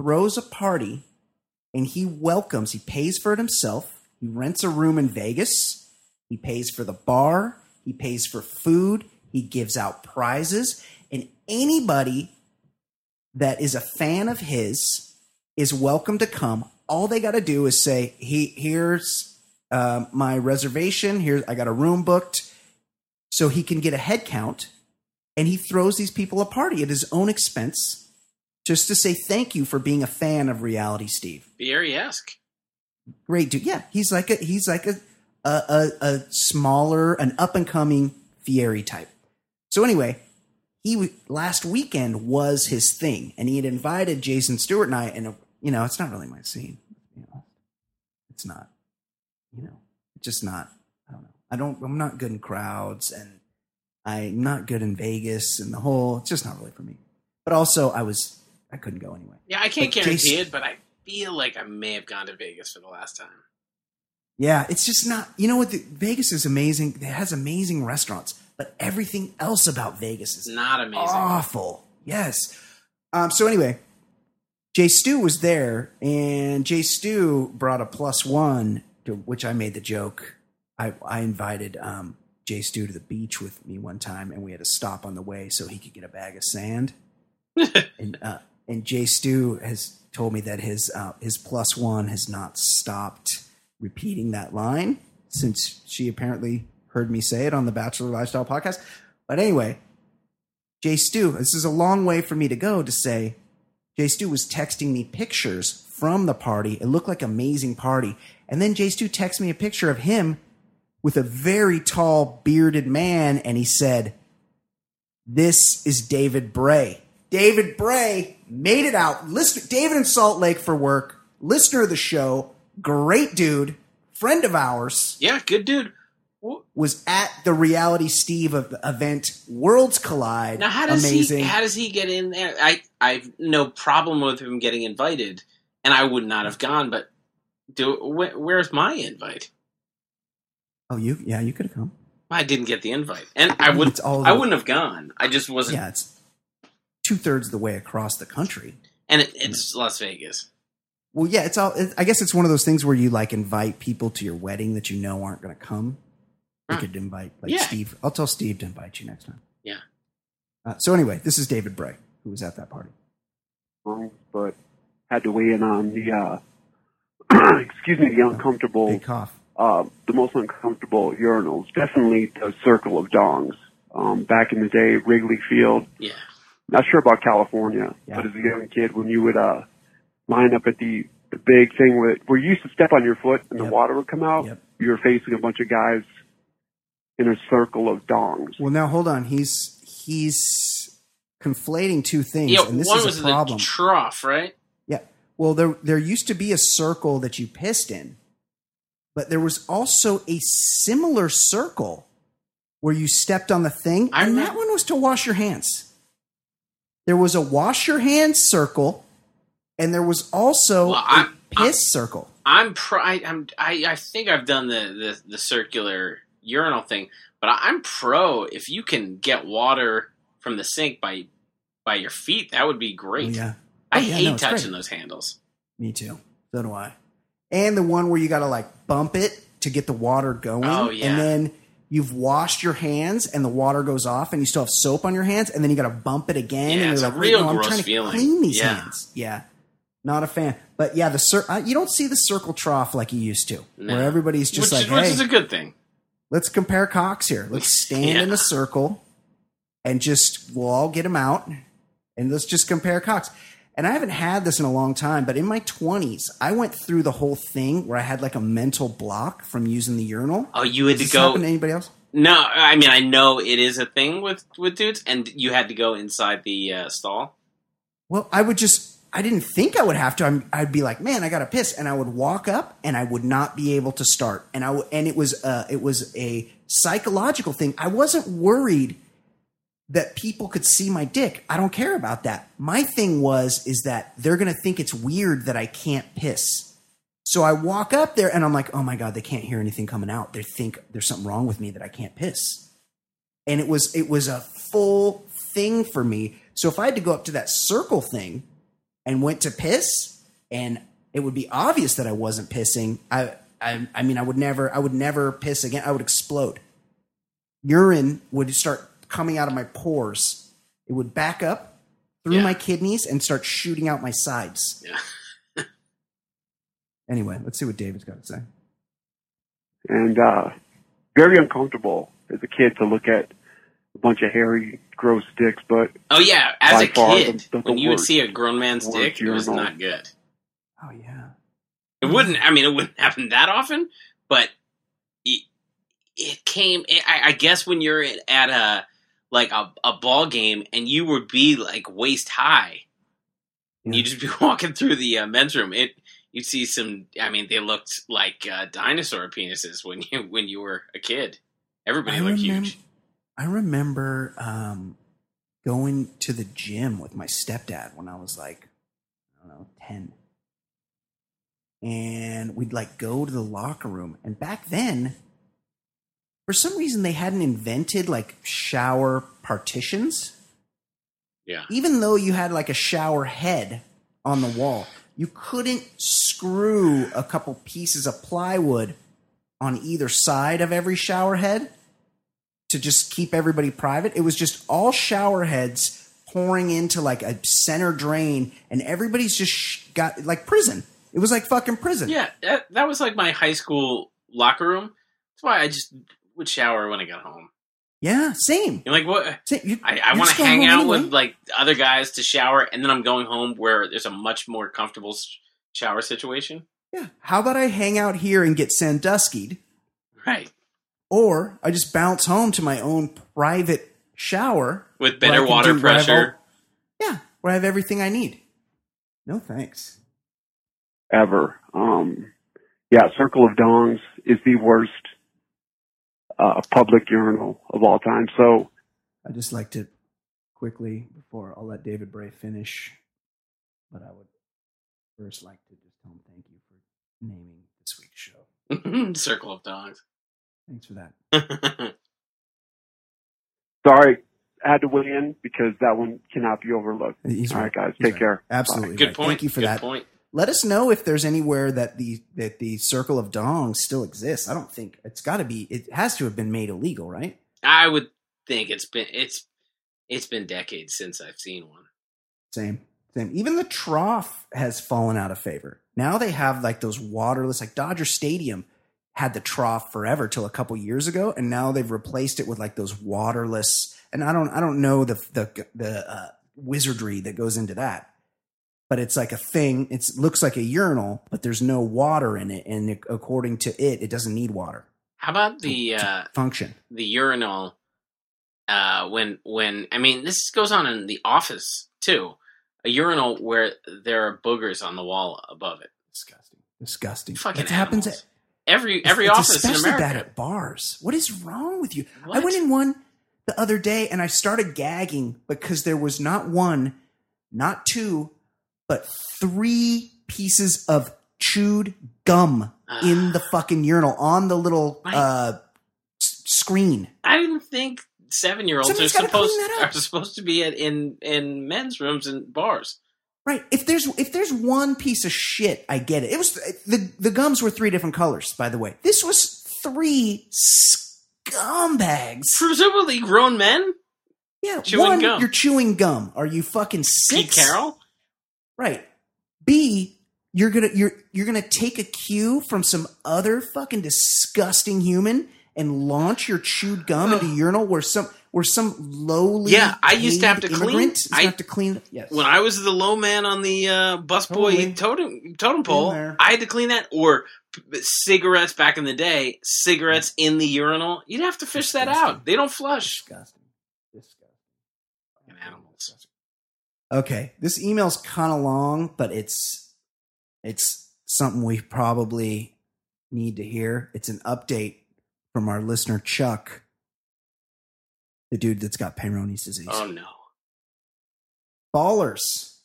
B: throws a party and he welcomes, he pays for it himself. He rents a room in Vegas. He pays for the bar. He pays for food. He gives out prizes. And anybody that is a fan of his is welcome to come. All they got to do is say, "He here's uh, my reservation. Here I got a room booked," so he can get a head count, and he throws these people a party at his own expense, just to say thank you for being a fan of Reality Steve.
A: Barry-esque.
B: Great dude. Yeah, he's like a he's like a a, a, a smaller, an up and coming Fieri type. So anyway, he w- last weekend was his thing, and he had invited Jason Stewart and I. And uh, you know, it's not really my scene. You know, it's not. You know, it's just not. I don't know. I don't. I'm not good in crowds, and I'm not good in Vegas, and the whole. It's just not really for me. But also, I was. I couldn't go anyway.
A: Yeah, I can't
B: But
A: guarantee
B: Jason-
A: it, but I feel like I may have gone to Vegas for the last time.
B: Yeah, it's just not. You know what? The, Vegas is amazing. It has amazing restaurants, but everything else about Vegas is
A: It's not amazing.
B: awful. Yes. Um, so anyway, Jay Stu was there, and Jay Stu brought a plus one, to which I made the joke. I, I invited um, Jay Stu to the beach with me one time, and we had to stop on the way so he could get a bag of sand. and uh, and Jay Stu has told me that his uh, his plus one has not stopped repeating that line since she apparently heard me say it on the Bachelor Lifestyle podcast. But anyway, Jay Stu, this is a long way for me to go to say Jay Stu was texting me pictures from the party. It looked like an amazing party. And then Jay Stu texted me a picture of him with a very tall bearded man and he said, "This is David Bray." David Bray made it out. Listener, David in Salt Lake for work, listener of the show, great dude, friend of ours
A: Yeah, good dude. Wh-
B: was at the reality Steve of event Worlds Collide.
A: Now, how does
B: Amazing.
A: he? How does he get in there? I I've no problem with him getting invited, and I would not have gone. But do wh- where's my invite?
B: oh, you yeah, you could have come.
A: I didn't get the invite, and I would.
B: It's all
A: I
B: the-
A: wouldn't have gone. I just wasn't.
B: Yeah, it's two thirds of the way across the country.
A: And it, it's Las Vegas.
B: Well, yeah, it's all. It, I guess it's one of those things where you like invite people to your wedding that you know aren't going to come. You
A: Huh.
B: could invite like
A: Hmm. Yeah.
B: Steve. I'll tell Steve to invite you next time.
A: Yeah.
B: Uh, so anyway, this is David Bray who was at that party.
G: wrong, but had to weigh in on the, uh, excuse me, the
A: Oh.
G: uncomfortable
B: Big cough.
G: uh, the most uncomfortable urinals. Definitely the circle of dongs. Um, back in the day, Wrigley Field.
A: Yeah.
G: Not sure about California,
B: Yeah.
G: but as a young kid, when you would uh, line up at the the big thing with where you used to step on your foot and
B: Yep.
G: the water would come out,
B: Yep.
G: you were facing a bunch of guys in a circle of dongs.
B: Well, now hold on. He's he's conflating two things,
A: Yeah,
B: and this
A: one
B: is
A: was
B: a
A: in
B: problem.
A: the trough, right?
B: Yeah. Well, there there used to be a circle that you pissed in, but there was also a similar circle where you stepped on the thing,
A: I
B: and
A: remem-
B: that one was to wash your hands. There was a wash your hands circle, and there was also
A: Well, I-
B: a piss circle.
A: I'm pr- I, I'm I, I think I've done the, the the circular urinal thing, but I- I'm pro if you can get water from the sink by by your feet. That would be great.
B: Oh, yeah,
A: I
B: Oh, yeah,
A: hate
B: no, it's great.
A: touching those handles.
B: me too. So do I. And the one where you got to like bump it to get the water going,
A: Oh, yeah.
B: and then. You've washed your hands and the water goes off, and you still have soap on your hands, and then you got to bump it again.
A: Yeah,
B: and
A: it's
B: you're
A: a
B: like,
A: real
B: "Wait, no, I'm
A: gross
B: trying to
A: feeling."
B: clean these
A: Yeah.
B: hands. Yeah, not a fan. But yeah, the cir- uh, you don't see the circle trough like you used to,
A: No.
B: where everybody's just
A: which,
B: like,
A: which
B: "Hey,
A: is a good thing.
B: let's compare cocks here. Let's stand
A: Yeah.
B: in a circle and just we'll all get them out and let's just compare cocks. And I haven't had this in a long time, but in my 20s, I went through the whole thing where I had like a mental block from using the urinal.
A: Oh, you had
B: Does
A: to
B: this
A: go.
B: happen to anybody else?
A: No, I mean I know it is a thing with with dudes, and you had to go inside the uh, stall.
B: Well, I would just, I didn't think I would have to. I'm, I'd be like, man, I got to piss. And I would walk up and I would not be able to start. And I, w- and it was, uh, it was a psychological thing. I wasn't worried that people could see my dick. I don't care about that. My thing was is that they're going to think it's weird that I can't piss. So I walk up there and I'm like, "Oh my god, they can't hear anything coming out. They think there's something wrong with me that I can't piss." And it was it was a full thing for me. So if I had to go up to that circle thing and went to piss and it would be obvious that I wasn't pissing, I I, I mean I would never I would never piss again. I would explode urine would start coming out of my pores. It would back up through
A: Yeah.
B: my kidneys and start shooting out my sides.
A: Yeah.
B: Anyway, let's see what David's got to say.
G: and uh, very uncomfortable as a kid to look at a bunch of hairy, gross dicks. But
A: Oh yeah, as
G: By
A: a
G: far
A: kid,
G: the- the- the
A: when you would
G: worst-
A: see a grown man's
G: worst
A: dick, it was
G: urinal.
A: not good.
B: Oh yeah. Mm-hmm.
A: It wouldn't. I mean, it wouldn't happen that often, but it, it came. I, I guess when you're at, at a like a, a ball game and you would be like waist high, and
B: Yeah.
A: you'd just be walking through the uh, men's room. It you'd see some. I mean, they looked like uh, dinosaur penises when you when you were a kid. Everybody
B: I
A: looked
B: remem-
A: huge.
B: I remember um, going to the gym with my stepdad when I was like, I don't know, 10. And we'd like go to the locker room. And back then, for some reason, they hadn't invented like shower partitions.
A: Yeah.
B: even though you had like a shower head on the wall, you couldn't screw a couple pieces of plywood on either side of every shower head to just keep everybody private. It was just all shower heads pouring into like a center drain, and everybody's just sh- got like prison. It was like fucking prison.
A: Yeah, that, that was like my high school locker room. That's why I just would shower when I got home.
B: Yeah, same.
A: You're like, what?
B: Same. You-
A: I,
B: you're
A: I want
B: just
A: to
B: going
A: hang
B: home
A: out
B: anyway.
A: with like other guys to shower, and then I'm going home where there's a much more comfortable s- shower situation.
B: Yeah. How about I hang out here and get sanduskied?
A: Right.
B: or I just bounce home to my own private shower
A: With
B: where I
A: better
B: can
A: water
B: do what I've
A: pressure.
B: al- yeah, where I have everything I need. No thanks.
G: ever, um, yeah, Circle of Dongs is the worst uh, public urinal of all time. So
B: I just like to quickly before I'll let David Bray finish, but I would first like to just tell him thank you for naming this week's show.
A: Circle of dogs.
B: Thanks for that.
G: sorry, I had to weigh in because that one cannot be overlooked.
B: He's
G: All right,
B: right.
G: guys,
B: He's
G: take
B: right.
G: care.
B: Absolutely.
A: Good
B: right.
A: point.
B: Thank you for
A: Good
B: that.
A: point.
B: Let us know if there's anywhere that the that the circle of dong still exists. I don't think it's got to be. It has to have been made illegal, right?
A: I would think it's been it's it's been decades since I've seen one.
B: Same. Same. Even the trough has fallen out of favor. Now they have like those waterless, like Dodger Stadium had the trough forever till a couple years ago, and now they've replaced it with like those waterless. And I don't, I don't know the the the uh, wizardry that goes into that, but it's like a thing. It looks like a urinal, but there's no water in it, and according to it, it doesn't need water
A: How about the uh,
B: function.
A: the urinal uh when when i mean this goes on in the office too a urinal where there are boogers on the wall above it
B: Disgusting. Disgusting.
A: fucking
B: That happens
A: animals.
B: at
A: every every
B: It's
A: office in
B: especially
A: america
B: bad at bars. What is wrong with you? I
A: What?
B: went in one the other day and I started gagging because there was not one, not two, but three pieces of chewed gum in the fucking urinal on the little
A: Ah. Right.
B: uh, s- screen.
A: i didn't think seven year olds are
B: Somebody's gotta clean
A: supposed
B: that
A: are
B: up.
A: supposed to be at, in in men's rooms and bars
B: Right. If there's if there's one piece of shit, I get it. It was the the gums were three different colors, by the way. This was three scumbags.
A: presumably grown men
B: Yeah,
A: Chewing
B: one,
A: gum.
B: you're chewing gum. Are you fucking
A: pete
B: sick?
A: carroll
B: Right. B, you're gonna you're you're gonna take a cue from some other fucking disgusting human and launch your chewed gum into urinal where some where some lowly
A: Yeah, I used to have
B: paid
A: to clean-
B: immigrant is gonna
A: I-
B: have to clean yes
A: when I was the low man on the uh,
B: Totally.
A: busboy totem totem pole,
B: Been there.
A: I had to clean that. Or p- p- cigarettes back in the day, cigarettes in the urinal. You'd have to fish that
B: Disgusting.
A: out. They don't flush.
B: disgusting disgusting
A: Fucking Animals.
B: Okay, this email's kind of long, but it's it's something we probably need to hear. It's an update from our listener Chuck the dude that's got Peyronie's disease.
A: Oh no.
B: Ballers,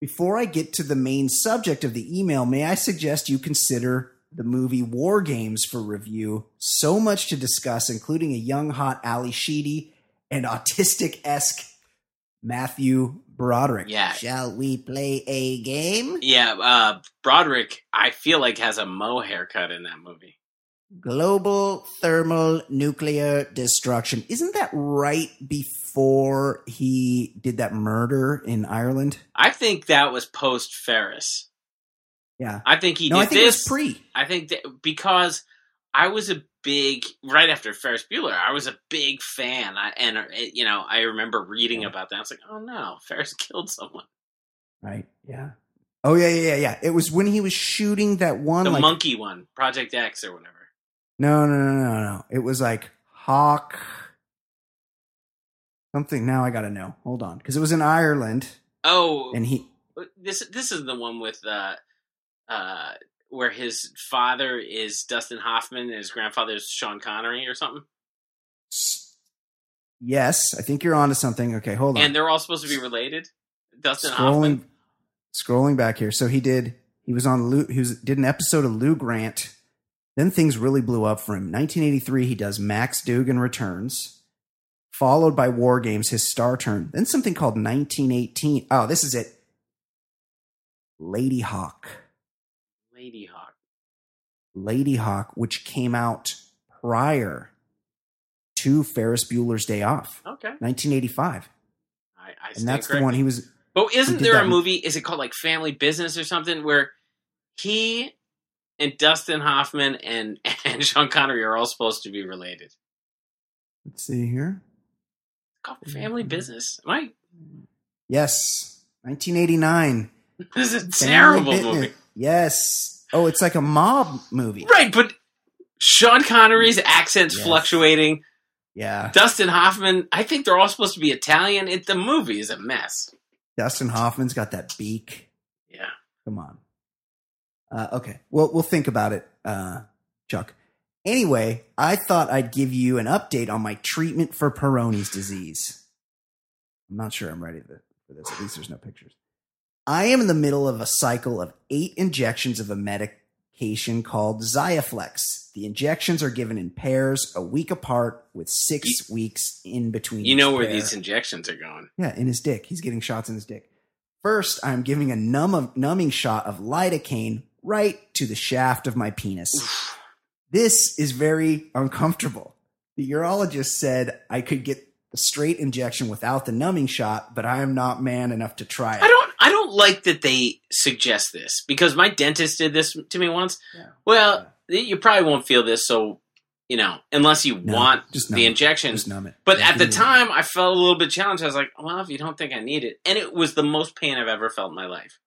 B: before I get to the main subject of the email, may I suggest you consider the movie War Games for review? So much to discuss, including a young, hot Ali Sheedy and autistic esque Matthew Broderick.
A: Yeah.
B: Shall we play a game?
A: Yeah, uh, Broderick, I feel like has a mo haircut in that movie.
B: Global thermal nuclear destruction. Isn't that right before he did that murder in Ireland?
A: I think that was post Ferris.
B: Yeah.
A: I think he
B: no,
A: did
B: I think
A: this.
B: it's pre.
A: I think that because I was a big right after Ferris Bueller, I was a big fan. I and uh, it- you know I remember reading about that. I was like, oh no, Ferris killed someone.
B: Right. Yeah. Oh yeah, yeah, yeah, yeah. It was when he was shooting that one.
A: the
B: like,
A: monkey one, Project X or whatever.
B: No, no, no, no, no. It was like hawk. Something. Now I gotta know. Hold on, because it was in Ireland,
A: Oh,
B: and he.
A: this this is the one with uh, uh, where his father is Dustin Hoffman and his grandfather is Sean Connery or something.
B: Yes, I think you're onto something. Okay, hold on.
A: And they're all supposed to be related. Dustin
B: scrolling,
A: Hoffman.
B: scrolling back here. So he did. He was on Lou. He was, did an episode of Lou Grant. Then things really blew up for him. 1983, he does Max Dugan Returns, followed by War Games, his star turn. Then something called 1918. Oh, this is it. Lady Hawk.
A: Lady Hawk.
B: Lady Hawk, which came out prior to Ferris Bueller's Day Off,
A: Okay,
B: 1985.
A: I, I
B: And
A: stand
B: that's the
A: corrected.
B: one he was.
A: But isn't
B: did
A: there
B: that
A: a
B: in-
A: movie? Is it called like Family Business or something? Where he and Dustin Hoffman and and Sean Connery are all supposed to be related. It's
B: Let's see here.
A: called
B: Mm-hmm.
A: Family Business. Am I?
B: Yes, 1989.
A: This is a
B: Family
A: terrible
B: Business.
A: movie.
B: Yes. Oh, it's like a mob movie.
A: Right, but Sean Connery's accents
B: Yes.
A: fluctuating.
B: Yeah.
A: Dustin Hoffman. I think they're all supposed to be Italian. It the movie is a mess.
B: Dustin Hoffman's got that beak.
A: Yeah.
B: Come on. Uh, okay. Well, we'll think about it, uh, Chuck. Anyway, I thought I'd give you an update on my treatment for Peyronie's disease. I'm not sure I'm ready for for this. At least there's no pictures. I am in the middle of a cycle of eight injections of a medication called Xiaflex. The injections are given in pairs, a week apart, with six weeks in between.
A: You know
B: each
A: where
B: pair.
A: these injections are going.
B: Yeah, in his dick. He's getting shots in his dick. First, I'm giving a numb numbing shot of lidocaine right to the shaft of my penis. this is very uncomfortable. The urologist said I could get the straight injection without the numbing shot, but I am not man enough to try it.
A: I don't I don't like that they suggest this because my dentist did this to me once.
B: Yeah.
A: Well, you probably won't feel this, so you know, unless you
B: No,
A: want
B: just numb
A: the
B: it.
A: injection.
B: Just numb it.
A: But
B: Yeah,
A: at the
B: give me-
A: time, I felt a little bit challenged. I was like, "Well, if you don't think I need it," and it was the most pain I've ever felt in my life.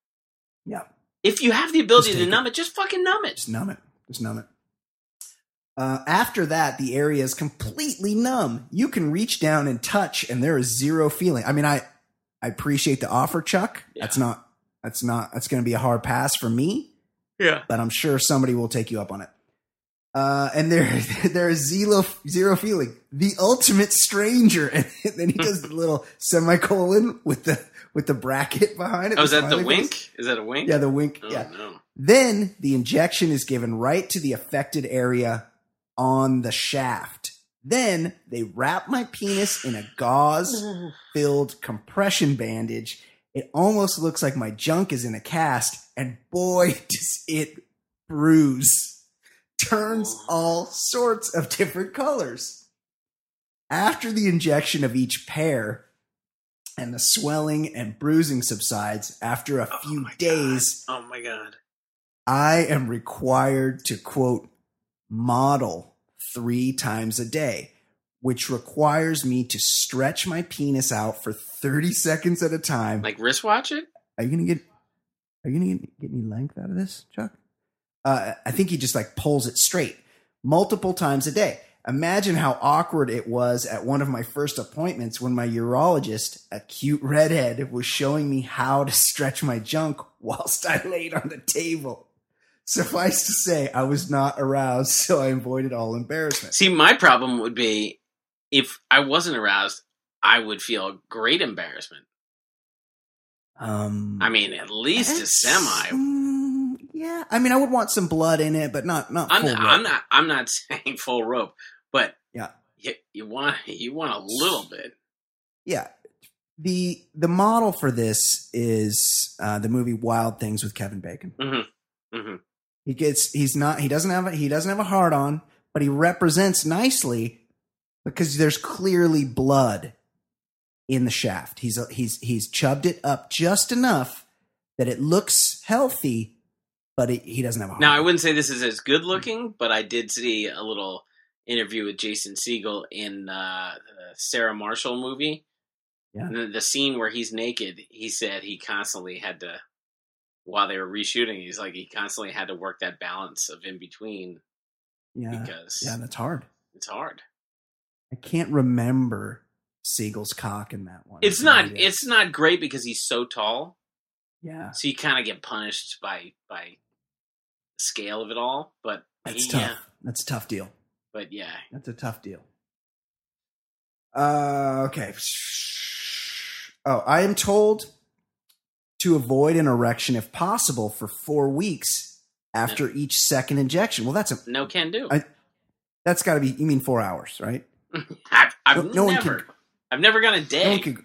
B: Yeah.
A: If you have the ability
B: Just
A: to
B: take
A: numb it, just fucking numb it.
B: Just numb it. Just numb it. Uh, after that, the area is completely numb. You can reach down and touch, and there is zero feeling. I mean, I I appreciate the offer, Chuck.
A: Yeah.
B: That's not that's not that's going to be a hard pass for me,
A: Yeah.
B: but I'm sure somebody will take you up on it. Uh, and there there is zero zero feeling. The ultimate stranger, and then he does the little semicolon with the with the bracket behind it.
A: Oh, is that the
B: smiley face.
A: wink? Is that a wink?
B: Yeah, the wink.
A: Oh,
B: yeah.
A: No.
B: Then the injection is given right to the affected area on the shaft. Then they wrap my penis in a gauze filled compression bandage. It almost looks like my junk is in a cast, and boy, does it bruise. Turns all sorts of different colors. After the injection of each pair, and the swelling and bruising subsides after a
A: Oh
B: few
A: my God.
B: days,
A: Oh my god.
B: I am required to quote model three times a day, which requires me to stretch my penis out for 30 seconds at a time.
A: Like wristwatch it?
B: are you gonna get are you gonna get, get any length out of this, Chuck? Uh, I think he just like pulls it straight multiple times a day. Imagine how awkward it was at one of my first appointments when my urologist, a cute redhead, was showing me how to stretch my junk whilst I laid on the table. Suffice to say, I was not aroused, so I avoided all embarrassment.
A: See, my problem would be if I wasn't aroused, I would feel great embarrassment.
B: Um,
A: I mean, at least a semi.
B: Mm, yeah, I mean, I would want some blood in it, but not not.
A: I'm
B: full
A: not,
B: blood.
A: I'm not I'm not saying full rope, but
B: Yeah.
A: you, you want you want a little bit.
B: Yeah. The the model for this is uh, the movie Wild Things with Kevin Bacon.
A: hmm
B: He gets he's not he doesn't have a, he doesn't have a hard on, but he represents nicely because there's clearly blood in the shaft. He's he's he's chubbed it up just enough that it looks healthy, but it, he doesn't have a hard.
A: Now,
B: on.
A: I wouldn't say this is as
B: hmm.
A: good looking, but I did see a little interview with Jason Siegel in uh, the Sarah Marshall movie.
B: Yeah.
A: And The, the scene where he's naked, he said he constantly had to, while they were reshooting, he's like, he constantly had to work that balance of in between
B: yeah,
A: because
B: yeah, that's hard.
A: it's hard.
B: I can't remember Siegel's cock in that one.
A: It's not, it's not great because he's so tall.
B: yeah,
A: So you kind of get punished by, by scale of it all. But
B: that's
A: he-
B: tough.
A: yeah,
B: That's a tough deal.
A: but yeah,
B: That's a tough deal. Uh, okay. Oh, I am told to avoid an erection if possible for four weeks after each second injection. Well, that's a
A: no can do.
B: I- that's got to be. You mean four hours, right?
A: I've, I've
B: No- no one can-
A: never, I've never gone a
B: No, one
A: day.
B: could-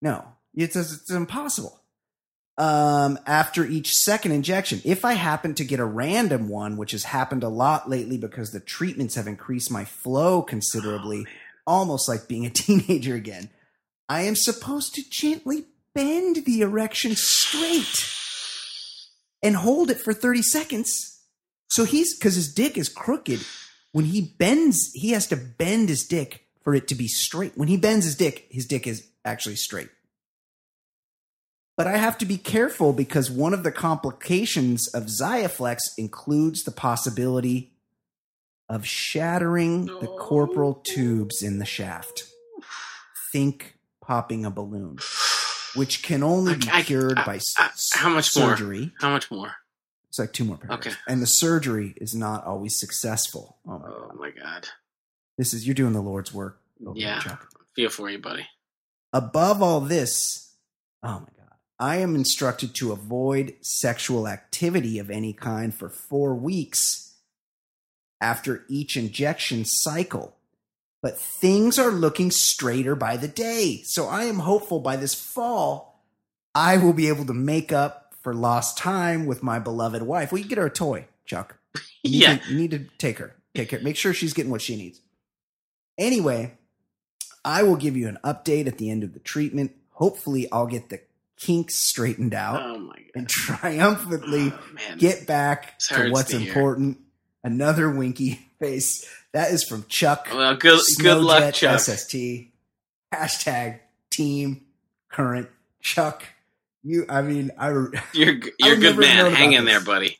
B: no, it's it's impossible. Um, after each second injection, if I happen to get a random one, which has happened a lot lately because the treatments have increased my flow considerably, almost like being a teenager again, I am supposed to gently bend the erection straight and hold it for 30 seconds. So he's because his dick is crooked. When he bends, he has to bend his dick for it to be straight. When he bends his dick, his dick is actually straight. But I have to be careful because one of the complications of Xiaflex includes the possibility of shattering the corporal tubes in the shaft. Think popping a balloon, which can only be
A: I- I-
B: cured
A: I-
B: by s-
A: I- how much more?
B: surgery.
A: How much more?
B: It's like two more paragraphs.
A: Okay.
B: And the surgery is not always successful. Oh my
A: Oh
B: god.
A: my god.
B: This is you're doing the Lord's work. over here,
A: Yeah.
B: Chuck.
A: Feel for you, buddy.
B: Above all this, oh my god. I am instructed to avoid sexual activity of any kind for 4 weeks after each injection cycle. But things are looking straighter by the day. So I am hopeful by this fall I will be able to make up for lost time with my beloved wife. Well, you get her a toy, Chuck. You
A: Yeah.
B: need to- you need to take her. Take her. Make sure she's getting what she needs. Anyway, I will give you an update at the end of the treatment. Hopefully, I'll get the kinks straightened out
A: Oh my god.
B: and triumphantly
A: Oh, man.
B: get back
A: This
B: to
A: hurts
B: what's
A: to hear.
B: important. Another winky face. That is from Chuck.
A: well, good good luck,
B: Snowjet
A: Chuck.
B: SST. Hashtag team current Chuck. You, I mean, I.
A: You're g-
B: I
A: you're a
B: would
A: good
B: never have known
A: man.
B: about
A: Hang in
B: this.
A: there, buddy.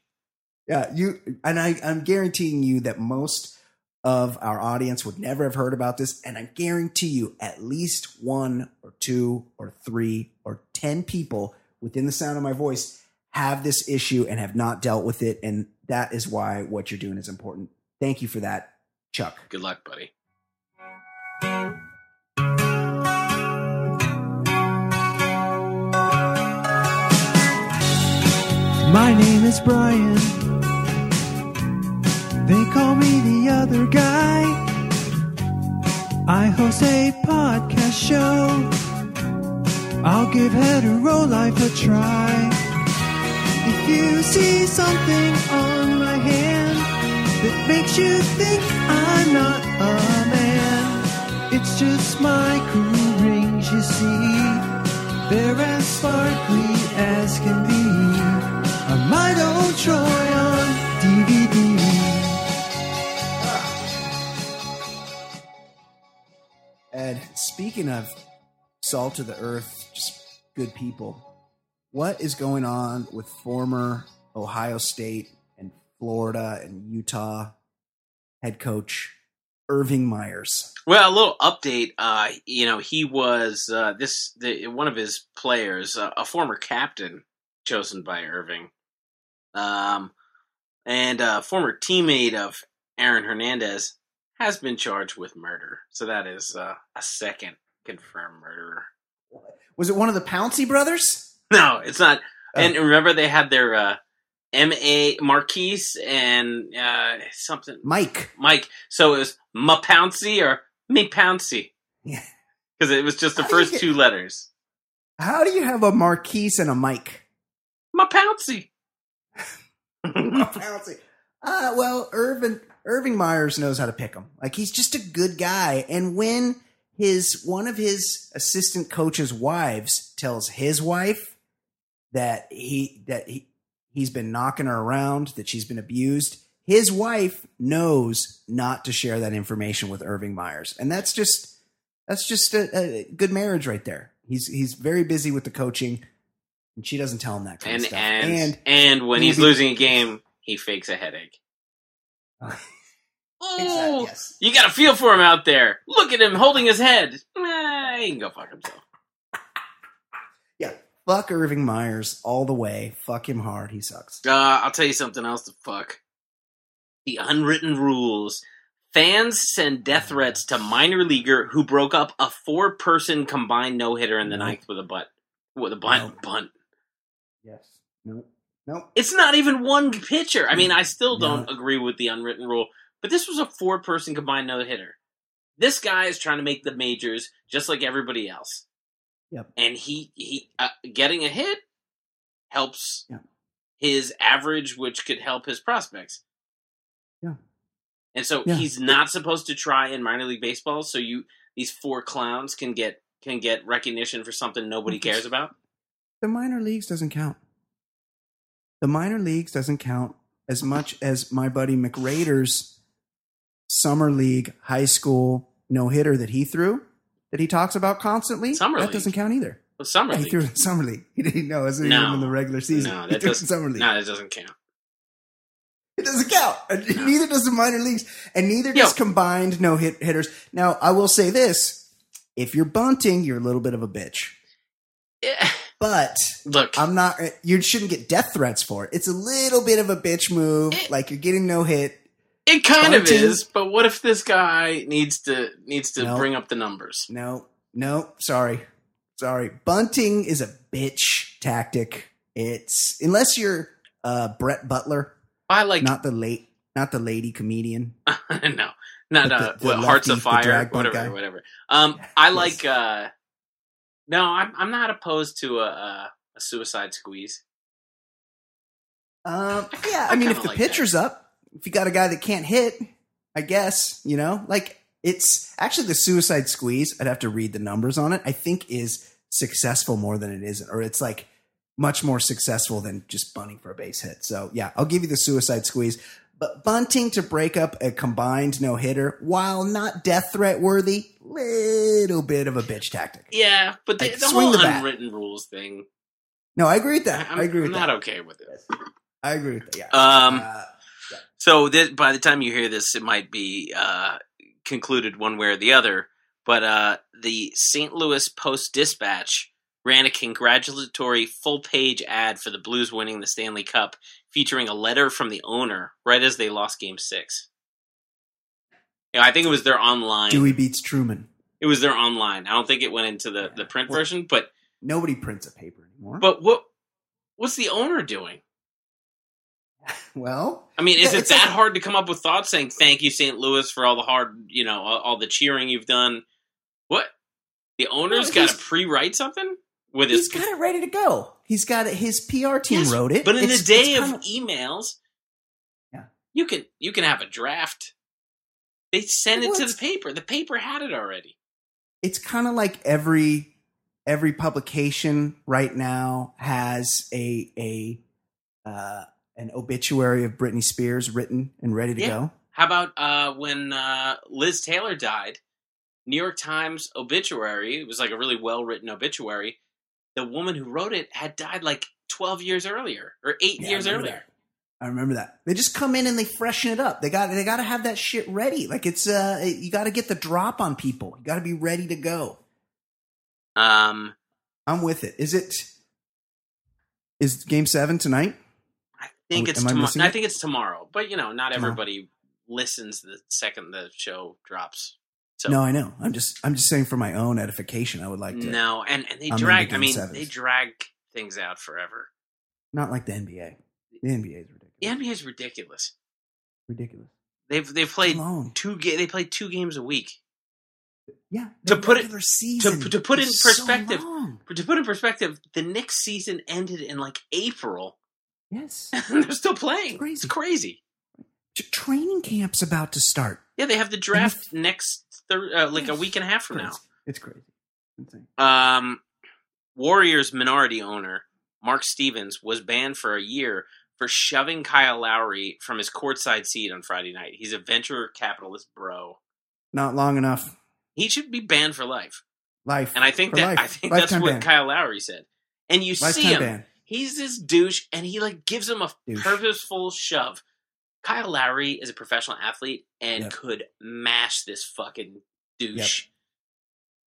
B: Yeah, you and I. I'm guaranteeing you that most of our audience would never have heard about this, and I guarantee you at least one or two or three or ten people within the sound of my voice have this issue and have not dealt with it, and that is why what you're doing is important. Thank you for that, Chuck.
A: Good luck, buddy.
D: My name is Brian. They call me the other guy. I host a podcast show. I'll give hetero life a try. If you see something on my hand that makes you think I'm not a man, it's just my cool rings you see. They're as sparkly as can be. I'm my old Troy on DVD.
B: And speaking of salt of the earth, just good people, what is going on with former Ohio State and Florida and Utah head coach Irving Myers?
A: Well, a little update. Uh, you know, he was uh, this the, one of his players, uh, a former captain chosen by Irving, uh, um, and a former teammate of Aaron Hernandez has been charged with murder. So that is uh, a second confirmed murderer.
B: Was it one of the Pouncy brothers?
A: No, it's not. And remember, they had their uh, M.A. Marquise and uh, something
B: Mike.
A: Mike. So it was Ma Pouncy or Me Pouncy.
B: Yeah.
A: Because it was just the
B: How do you
A: first
B: get-
A: two letters.
B: How do you have a Marquise and a Mike?
A: Ma Pouncy.
B: Pouncy. Uh, well, Irvin Irving Myers knows how to pick him. Like he's just a good guy. And when his one of his assistant coach's wives tells his wife that he that he he's been knocking her around, that she's been abused, his wife knows not to share that information with Irving Myers, and that's just that's just a, a good marriage right there. He's he's very busy with the coaching, and she doesn't tell him that kind
A: and,
B: of stuff.
A: and and when
B: maybe-
A: he's losing a game, he fakes a headache.
B: Exactly,
A: Ooh,
B: yes.
A: you got a feel for him out there. Look at him holding his head. Nah, he can go fuck himself.
B: Yeah. Fuck Irving Myers all the way. Fuck him hard. He sucks.
A: Uh, I'll tell you something else to fuck. The unwritten rules. Fans send
B: Mm.
A: death threats to minor leaguer who broke up a four-person combined no-hitter in the
B: Nope.
A: ninth with a butt. With a bunt,
B: Nope.
A: bunt.
B: Yes. Nope. Nope.
A: It's not even one pitcher. I mean,
B: Mm.
A: I still don't
B: No.
A: agree with the unwritten rule, but this was a four person combined no hitter. This guy is trying to make the majors just like everybody else.
B: Yep.
A: And he he uh, getting a hit helps
B: Yep.
A: his average which could help his prospects.
B: Yeah.
A: And so
B: Yeah.
A: he's not supposed to try in minor league baseball so you these four clowns can get can get recognition for something nobody cares about.
B: The minor leagues doesn't count. The minor leagues doesn't count as much as my buddy McRader's summer league high school no hitter that he threw that he talks about constantly.
A: Summer
B: that
A: league.
B: doesn't count either.
A: The summer
B: Yeah, he
A: league.
B: threw it in summer league. He didn't know. It wasn't
A: No.
B: even in the regular season.
A: No,
B: he
A: that
B: threw it in
A: doesn't-
B: summer league.
A: No, that doesn't count.
B: It doesn't count. And neither does the minor leagues, and neither does
A: Yo.
B: combined no hit hitters. Now, I will say this: if you're bunting, you're a little bit of a bitch.
A: Yeah.
B: But
A: Look,
B: I'm not. You shouldn't get death threats for it. It's a little bit of a bitch move. Like you're getting no hit.
A: It kind of
B: Bunting.
A: is, but what if this guy needs to needs to
B: No.
A: bring up the numbers?
B: No, no. Sorry, sorry. Bunting is a bitch tactic. It's unless you're uh, Brett Butler,
A: I like
B: not the late, not the lady comedian.
A: no, not
B: The-
A: uh,
B: the- the
A: what, Hearts
B: lefty,
A: of
B: the
A: Fire,
B: drag bunt
A: whatever,
B: guy.
A: whatever. Um, I
B: Yes.
A: like. Uh, no, I'm I'm not opposed to a a, a suicide squeeze.
B: Um, yeah, I mean, if
A: kinda
B: the
A: like that.
B: pitcher's up, if you got a guy that can't hit, I guess you know, like it's actually the suicide squeeze. I'd have to read the numbers on it. I think is successful more than it isn't, or it's like much more successful than just bunting for a base hit. So yeah, I'll give you the suicide squeeze. But bunting to break up a combined no hitter, while not death threat worthy, little bit of a bitch tactic.
A: Yeah, but the,
B: Like,
A: the
B: swing
A: whole
B: the bat.
A: unwritten rules thing,
B: No, I agree with
A: I-
B: that.
A: I'm,
B: I agree with
A: I'm
B: that.
A: not okay with it.
B: I agree with that. Yeah.
A: Um,
B: Uh,
A: So this, by the time you hear this, it might be uh, concluded one way or the other. But uh, the St. Louis Post Dispatch ran a congratulatory full page ad for the Blues winning the Stanley Cup, featuring a letter from the owner right as they lost Game Six. Yeah, I think it was their online.
B: Dewey beats Truman.
A: it was their online. I don't think it went into the, the print
B: Well-
A: version, but
B: Nobody prints a paper anymore.
A: but what what's the owner doing?
B: well,
A: I mean, is
B: Yeah,
A: it
B: it's
A: that
B: like-
A: hard to come up with thoughts saying thank you, St. Louis, for all the hard, you know, all, all the cheering you've done? What? The owner's
B: No,
A: got to
B: he's-
A: pre-write something with
B: he's
A: his.
B: got it ready to go. He's got it. His PR team
A: Yes,
B: wrote it.
A: But in
B: It's-
A: the day
B: it's
A: of E-
B: kinda-
A: emails,
B: Yeah.
A: you can you can have a draft. They send it to
B: What?
A: the paper. The paper had it already.
B: it's kind of like every every publication right now has a a uh, an obituary of Britney Spears written and ready to
A: Yeah.
B: go.
A: How about uh, when uh, Liz Taylor died? New York Times obituary. It was like a really well written obituary. The woman who wrote it had died like twelve years earlier or eight
B: Yeah, I
A: years
B: remember
A: earlier.
B: that. I remember that. They just come in and they freshen it up. They got they got to have that shit ready. Like it's uh you got to get the drop on people. You got to be ready to go.
A: Um,
B: I'm with it. Is it is game 7 tonight?
A: I think
B: Am-
A: it's
B: am I
A: tomorrow.
B: missing
A: I
B: it?
A: think it's tomorrow, but you know, not
B: Tomorrow.
A: everybody listens the second the show drops. So
B: no, I know. I'm just I'm just saying for my own edification. I would like to
A: no, and and they
B: I'm
A: drag. I
B: into Game
A: mean,
B: Sevens.
A: they drag things out forever.
B: not like the NBA. The NBA is ridiculous.
A: The NBA is ridiculous.
B: ridiculous.
A: They've they've played
B: Alone.
A: two ga- They play two games a week.
B: Yeah.
A: To
B: the
A: put it-
B: regular season
A: to- to put it
B: is
A: in perspective-
B: So long.
A: But to put in perspective, the Knicks season ended in like April,
B: Yes.
A: and they're still playing.
B: It's crazy.
A: It's crazy.
B: T- Training camp's about to start.
A: Yeah, they have the draft next thir- uh, like a week and a half from now.
B: Crazy. It's crazy. Insane.
A: Um, Warriors minority owner Mark Stevens was banned for a year for shoving Kyle Lowry from his courtside seat on Friday night. He's a venture capitalist bro.
B: Not long enough.
A: He should be banned for life.
B: Life.
A: And I think
B: For
A: that
B: life.
A: I think that's
B: Lifetime
A: what
B: ban.
A: Kyle Lowry said. And you see
B: Lifetime
A: him.
B: ban.
A: He's this douche and he like gives him a
B: Douche.
A: purposeful shove. Kyle Lowry is a professional athlete and
B: Yep.
A: could mash this fucking douche.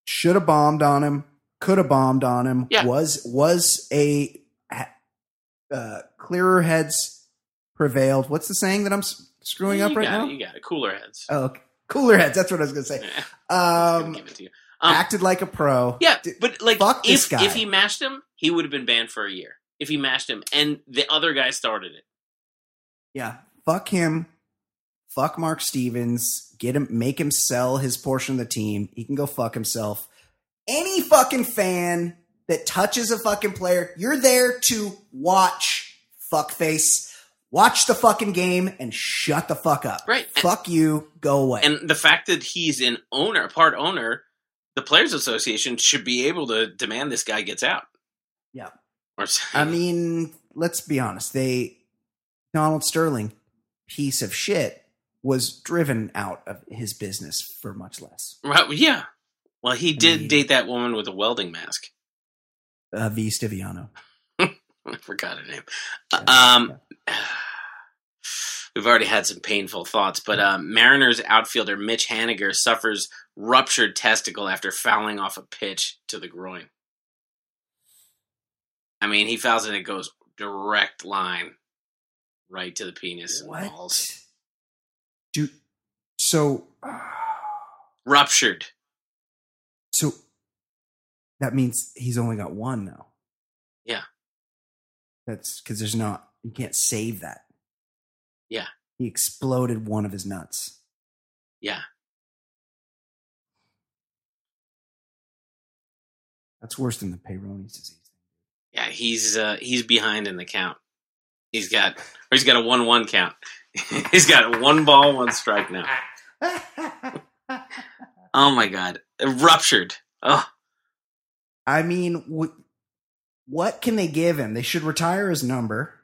B: Should have bombed on him. Could have bombed on him.
A: Yeah.
B: Was was a uh, clearer heads prevailed. What's the saying that I'm s- screwing
A: You
B: up right
A: got
B: now?
A: It, you got it. Cooler heads.
B: Oh, okay. cooler heads. That's what I was gonna say.
A: Yeah. Just gonna
B: Um,
A: give it to you. Um,
B: acted like a pro.
A: yeah,
B: D-
A: but like
B: fuck
A: if
B: this guy.
A: if he mashed him, he would have been banned for a year. If he mashed him, and the other guy started it.
B: yeah. Fuck him. Fuck Mark Stevens. Get him. Make him sell his portion of the team. He can go fuck himself. Any fucking fan that touches a fucking player, you're there to watch. Fuckface. Watch the fucking game and shut the fuck up.
A: Right. And-
B: Fuck you. Go away.
A: And the fact that he's an owner, part owner, the players' association should be able to demand this guy gets out.
B: Yeah.
A: Or
B: I mean, let's be honest. They Donald Sterling, piece of shit, was driven out of his business for much less.
A: Right, yeah. Well, he did
B: mean-
A: date that woman with a welding mask.
B: Uh, v. Stiviano.
A: I forgot her name. Um, We've already had some painful thoughts, but um, Mariners outfielder Mitch Haniger suffers ruptured testicle after fouling off a pitch to the groin. I mean, he fouls and it goes direct line right to the penis and balls.
B: What? Do so.
A: Ruptured.
B: So that means he's only got one now.
A: Yeah.
B: That's because there's not. You can't save that.
A: Yeah.
B: He exploded one of his nuts.
A: Yeah.
B: That's worse than the Peyronie's disease.
A: Yeah, he's uh, he's behind in the count. He's got or he's got a one-one count. he's got one ball, one strike now. Oh my god, ruptured. Oh,
B: I mean, what, what can they give him? They should retire his number.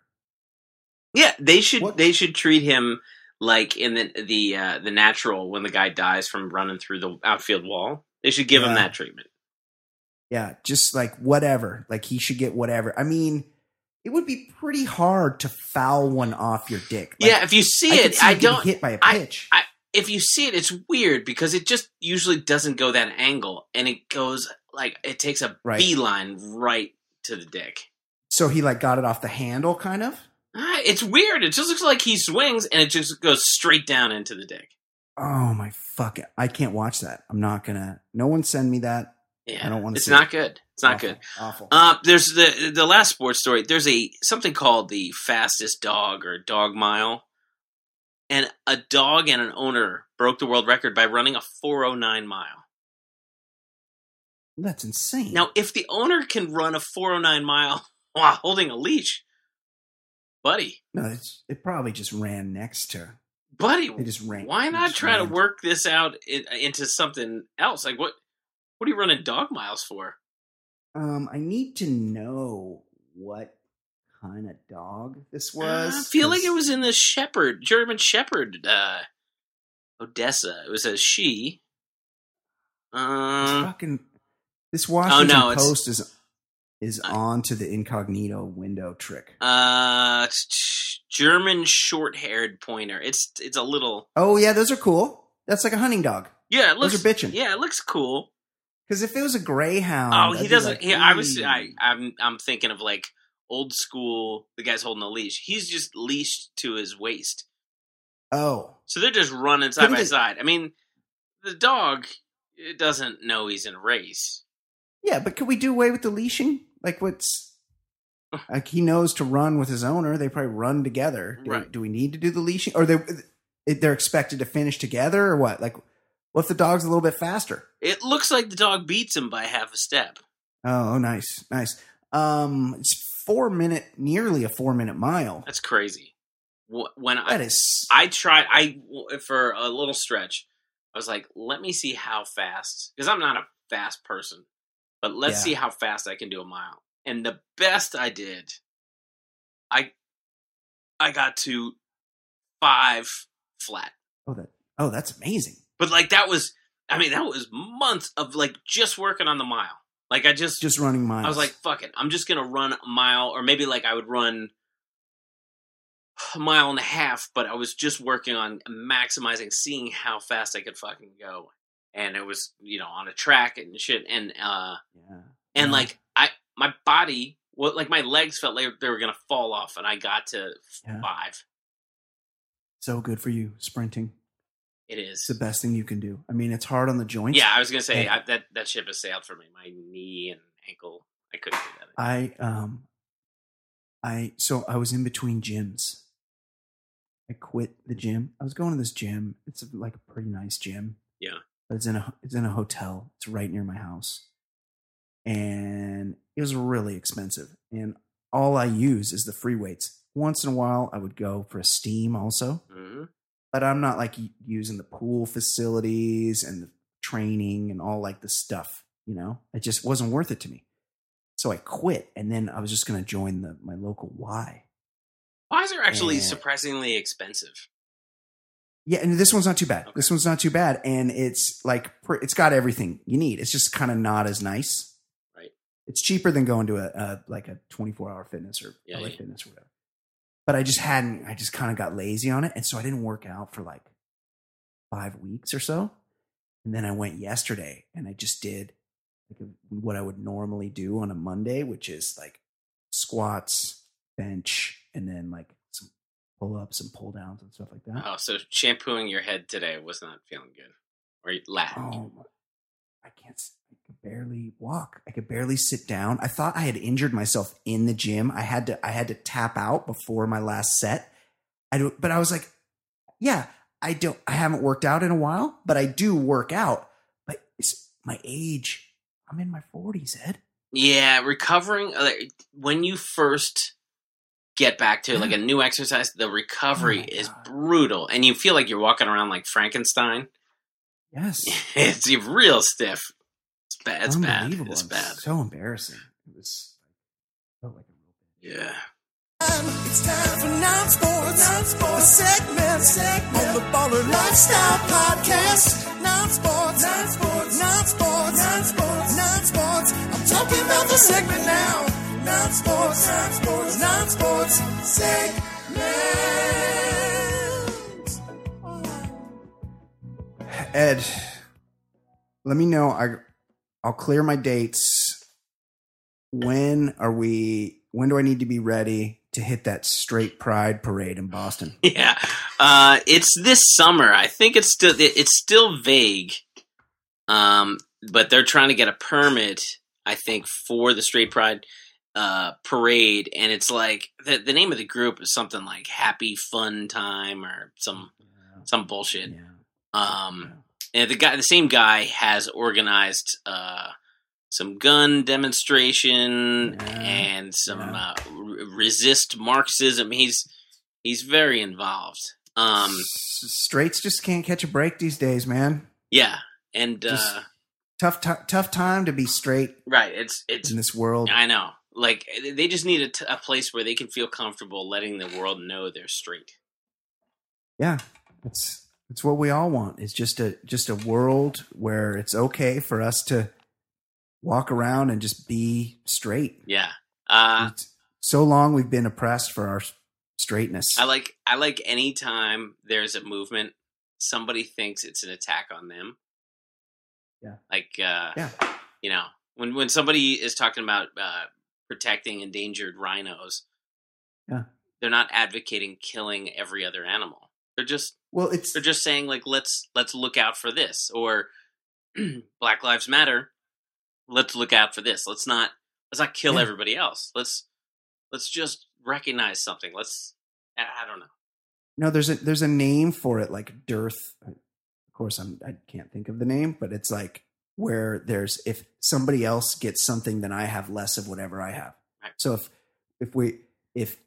A: yeah. They should
B: What-
A: they should treat him like in the the uh, the natural when the guy dies from running through the outfield wall. They should give him
B: Yeah.
A: that treatment.
B: Yeah, just like whatever. Like he should get whatever. I mean, it would be pretty hard to foul one off your dick. Like,
A: yeah, if you see
B: could
A: it, I
B: you getting
A: don't.
B: hit by a pitch.
A: I- If you see it, it's weird because it just usually doesn't go that angle, and it goes like it takes a
B: Right.
A: beeline right to the dick.
B: so he like got it off the handle, kind of.
A: Ah, It's weird. It just looks like he swings and it just goes straight down into the dick.
B: Oh my fuck! I can't watch that. I'm not gonna. No one send me that.
A: Yeah,
B: I don't wanna
A: It's
B: see
A: not
B: it.
A: good. It's not
B: Awful.
A: good.
B: Awful.
A: Uh, there's the the last sports story. There's a something called the fastest dog or dog mile, and a dog and an owner broke the world record by running a 409 mile.
B: That's insane.
A: Now, if the owner can run a 409 mile while holding a leash, buddy,
B: no, it's, it probably just ran next to.
A: buddy,
B: They just ran.
A: why
B: they
A: not
B: just
A: try to
B: ran.
A: work this out in, into something else? Like what? What are you running dog miles for?
B: Um, I need to know what kind of dog this
A: Ah, I
B: was.
A: feel like
B: 'cause-
A: it was in the Shepherd, German Shepherd, uh, Odessa. It was a she.
B: It's
A: Um,
B: fucking this Washington
A: Oh, no, it's-
B: Post is is on to the incognito window trick.
A: uh, t- t- German short-haired pointer. It's it's a little
B: Oh yeah, those are cool. That's like a hunting dog.
A: yeah. It
B: Those
A: looks
B: are bitchin'.
A: yeah. It looks cool.
B: Because if it was a greyhound,
A: Oh,
B: I'd
A: he
B: be
A: doesn't.
B: like, hmm.
A: he, I was.
B: "Ooh."
A: I, I'm. I'm thinking of like old school. The guy's holding a leash. He's just leashed to his waist.
B: Oh,
A: So they're just running side
B: Couldn't
A: by
B: they-
A: side. I mean, the dog it doesn't know he's in a race.
B: yeah, but could we do away with the leashing? Like, what's like he knows to run with his owner. They probably run together. Do,
A: Right.
B: do we need to do the leashing, or they they're expected to finish together, or what? Like, what if the dog's a little bit faster?
A: It looks like the dog beats him by half a step.
B: Oh, nice, nice. Um, it's four minute, nearly a four minute mile.
A: That's crazy. Wh- When I
B: That is
A: I tried I for a little stretch, I was like, let me see how fast because I'm not a fast person, but let's
B: Yeah.
A: see how fast I can do a mile. And the best I did, I I got to five flat.
B: oh that oh that's amazing.
A: But like that was, I mean, that was months of like just working on the mile. Like I just,
B: Just running miles.
A: I was like, fuck it, I'm just gonna run a mile, or maybe like I would run a mile and a half. But I was just working on maximizing, seeing how fast I could fucking go, and it was you know on a track and shit, and uh,
B: yeah.
A: and
B: Yeah.
A: like I, my body, well, like my legs felt like they were gonna fall off, and I got to
B: Yeah.
A: five.
B: so good for you sprinting.
A: It is.
B: It's the best thing you can do. I mean, it's hard on the joints.
A: Yeah, I was gonna say
B: Yeah.
A: I, that that ship has sailed for me. My knee and ankle, I couldn't do that.
B: I um I so I was in between gyms. I quit the gym. I was going to this gym. It's like a pretty nice gym.
A: Yeah.
B: But it's in a it's in a hotel. It's right near my house. And it was really expensive. And all I use is the free weights. Once in a while I would go for a steam also.
A: hmm
B: but I'm not like u- using the pool facilities and the training and all like the stuff, you know? It just wasn't worth it to me. So I quit and then I was just going to join the my local Y.
A: Why's are actually
B: Yeah.
A: surprisingly expensive?
B: Yeah, and this one's not too bad.
A: Okay.
B: This one's not too bad and it's like pr- it's got everything you need. It's just kind of not as nice.
A: Right.
B: It's cheaper than going to a, a like a 24-hour fitness or
A: Yeah,
B: LA
A: yeah.
B: fitness or whatever. But I just hadn't I just kind of got lazy on it and so I didn't work out for like 5 weeks or so. And then I went yesterday and I just did like what I would normally do on a Monday, which is like squats, bench, and then like some pull ups and pull downs and stuff like that.
A: Oh, so shampooing your head today was not feeling good, or last.
B: Oh, my- I can't. s- I could barely walk. I could barely sit down. I thought I had injured myself in the gym. I had to. I had to tap out before my last set. I don't. But I was like, yeah, I don't. I haven't worked out in a while, but I do work out. But it's my age. I'm in my forties, Ed.
A: Yeah, recovering uh, like, when you first get back to like a new exercise, the recovery
B: Oh my
A: is
B: God.
A: brutal, and you feel like you're walking around like Frankenstein.
B: Yes.
A: it's you're real stiff. It's bad. It's bad.
B: Unbelievable.
A: It's
B: I'm
A: bad.
B: So embarrassing. It was. felt like a real
A: Yeah.
E: It's time for non-sports, non-sports segment, segment on the Baller Lifestyle Podcast. Non-sports, non-sports, non-sports, non-sports, non-sports. I'm talking about the segment now. Non-sports, non-sports, non-sports segment.
B: Ed, let me know. I I'll clear my dates. When are we? When do I need to be ready to hit that straight pride parade in Boston?
A: Yeah, uh, it's this summer. I think it's still it's still vague, um, but they're trying to get a permit. I think for the Straight Pride uh, parade, and it's like the the name of the group is something like Happy Fun Time or some some bullshit.
B: Yeah.
A: Um, and the guy, the same guy, has organized uh, some gun demonstration
B: Yeah,
A: and some uh,
B: yeah.
A: re- resist Marxism. He's he's very involved. Um,
B: S- straights just can't catch a break these days, man.
A: yeah, and
B: Just-
A: uh,
B: Tough, ti tough time to be straight
A: right, it's it's.
B: in this world.
A: I know, like they just need a, t- a place where they can feel comfortable letting the world know they're straight.
B: Yeah, it's it's what we all want. It's just a just a world where it's okay for us to walk around and just be straight.
A: Yeah. Uh,
B: It's- so long we've been oppressed for our s- straightness.
A: I like I like any time there's a movement, somebody thinks it's an attack on them.
B: Yeah.
A: Like uh
B: Yeah.
A: you know, when when somebody is talking about uh protecting endangered rhinos,
B: Yeah.
A: they're not advocating killing every other animal. They're just
B: Well, it's
A: They're just saying like let's let's look out for this or Black Lives Matter. Let's look out for this. Let's not let's not kill
B: Yeah.
A: everybody else. Let's let's just recognize something. Let's I, I don't know.
B: no. There's a there's a name for it, like dearth. Of course, I'm I can't think of the name, but it's like where there's if somebody else gets something, then I have less of whatever I have.
A: Right.
B: So if if we if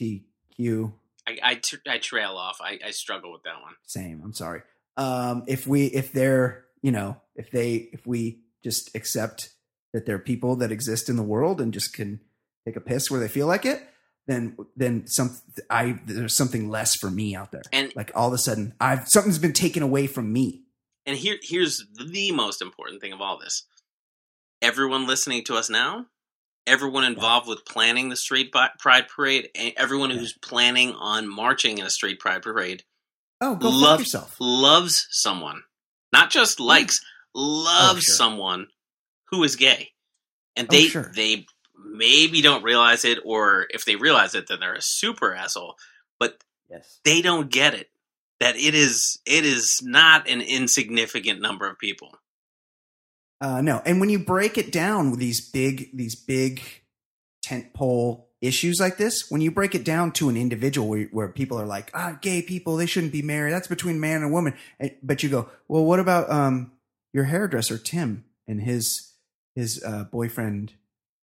B: LBGTQ
A: I I, tr- I trail off. I, I struggle with that one.
B: same i'm sorry um if we if they're you know if they if we just accept that there are people that exist in the world and just can take a piss where they feel like it then then some i there's something less for me out there
A: And-
B: like all of a sudden i've something's been taken away from me
A: And here here's the most important thing of all this. Everyone listening to us now, everyone involved with planning the street bi- pride parade, and everyone who's planning on marching in a street pride parade
B: oh go fuck
A: Love-
B: yourself
A: loves someone, not just likes, loves
B: Oh, sure.
A: someone who is gay, and
B: Oh,
A: they
B: sure.
A: they maybe don't realize it, or if they realize it, then they're a super asshole. But
B: yes
A: they don't get it that it is it is not an insignificant number of people.
B: Uh, no, and when you break it down with these big these big tentpole issues like this, when you break it down to an individual where, where people are like, ah, gay people, they shouldn't be married. That's between man and woman. And, but you go, well, what about um your hairdresser Tim and his his uh, boyfriend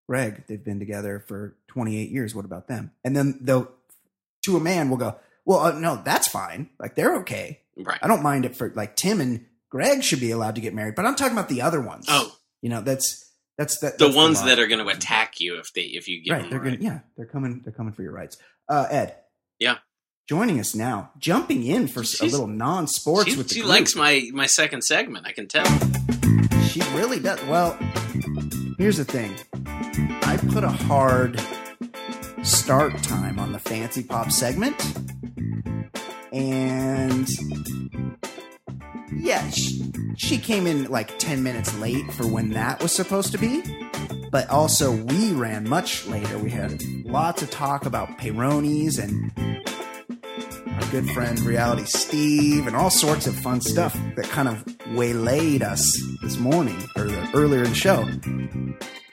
B: Greg? They've been together for 28 years. What about them? And then they'll to a man will go, well, uh, no, that's fine. Like they're okay.
A: Right.
B: I don't mind it for like Tim and Greg should be allowed to get married, but I'm talking about the other ones.
A: Oh,
B: you know that's that's that,
A: the
B: that's
A: ones
B: law.
A: that are going to attack you if they if you give
B: right.
A: them
B: They're
A: the
B: gonna
A: right.
B: yeah. They're coming. They're coming for your rights. Uh, Ed.
A: Yeah.
B: Joining us now, jumping in for s- a
A: She's-
B: little non-sports
A: She,
B: with the
A: she
B: group.
A: likes my my second segment. I can tell.
B: She really does. Well, here's the thing. I put a hard start time on the fancy pop segment, and yeah, she, she came in like ten minutes late for when that was supposed to be. But also, we ran much later. We had lots of talk about Peyronie's and our good friend Reality Steve, and all sorts of fun stuff that kind of waylaid us this morning or the, earlier in the show.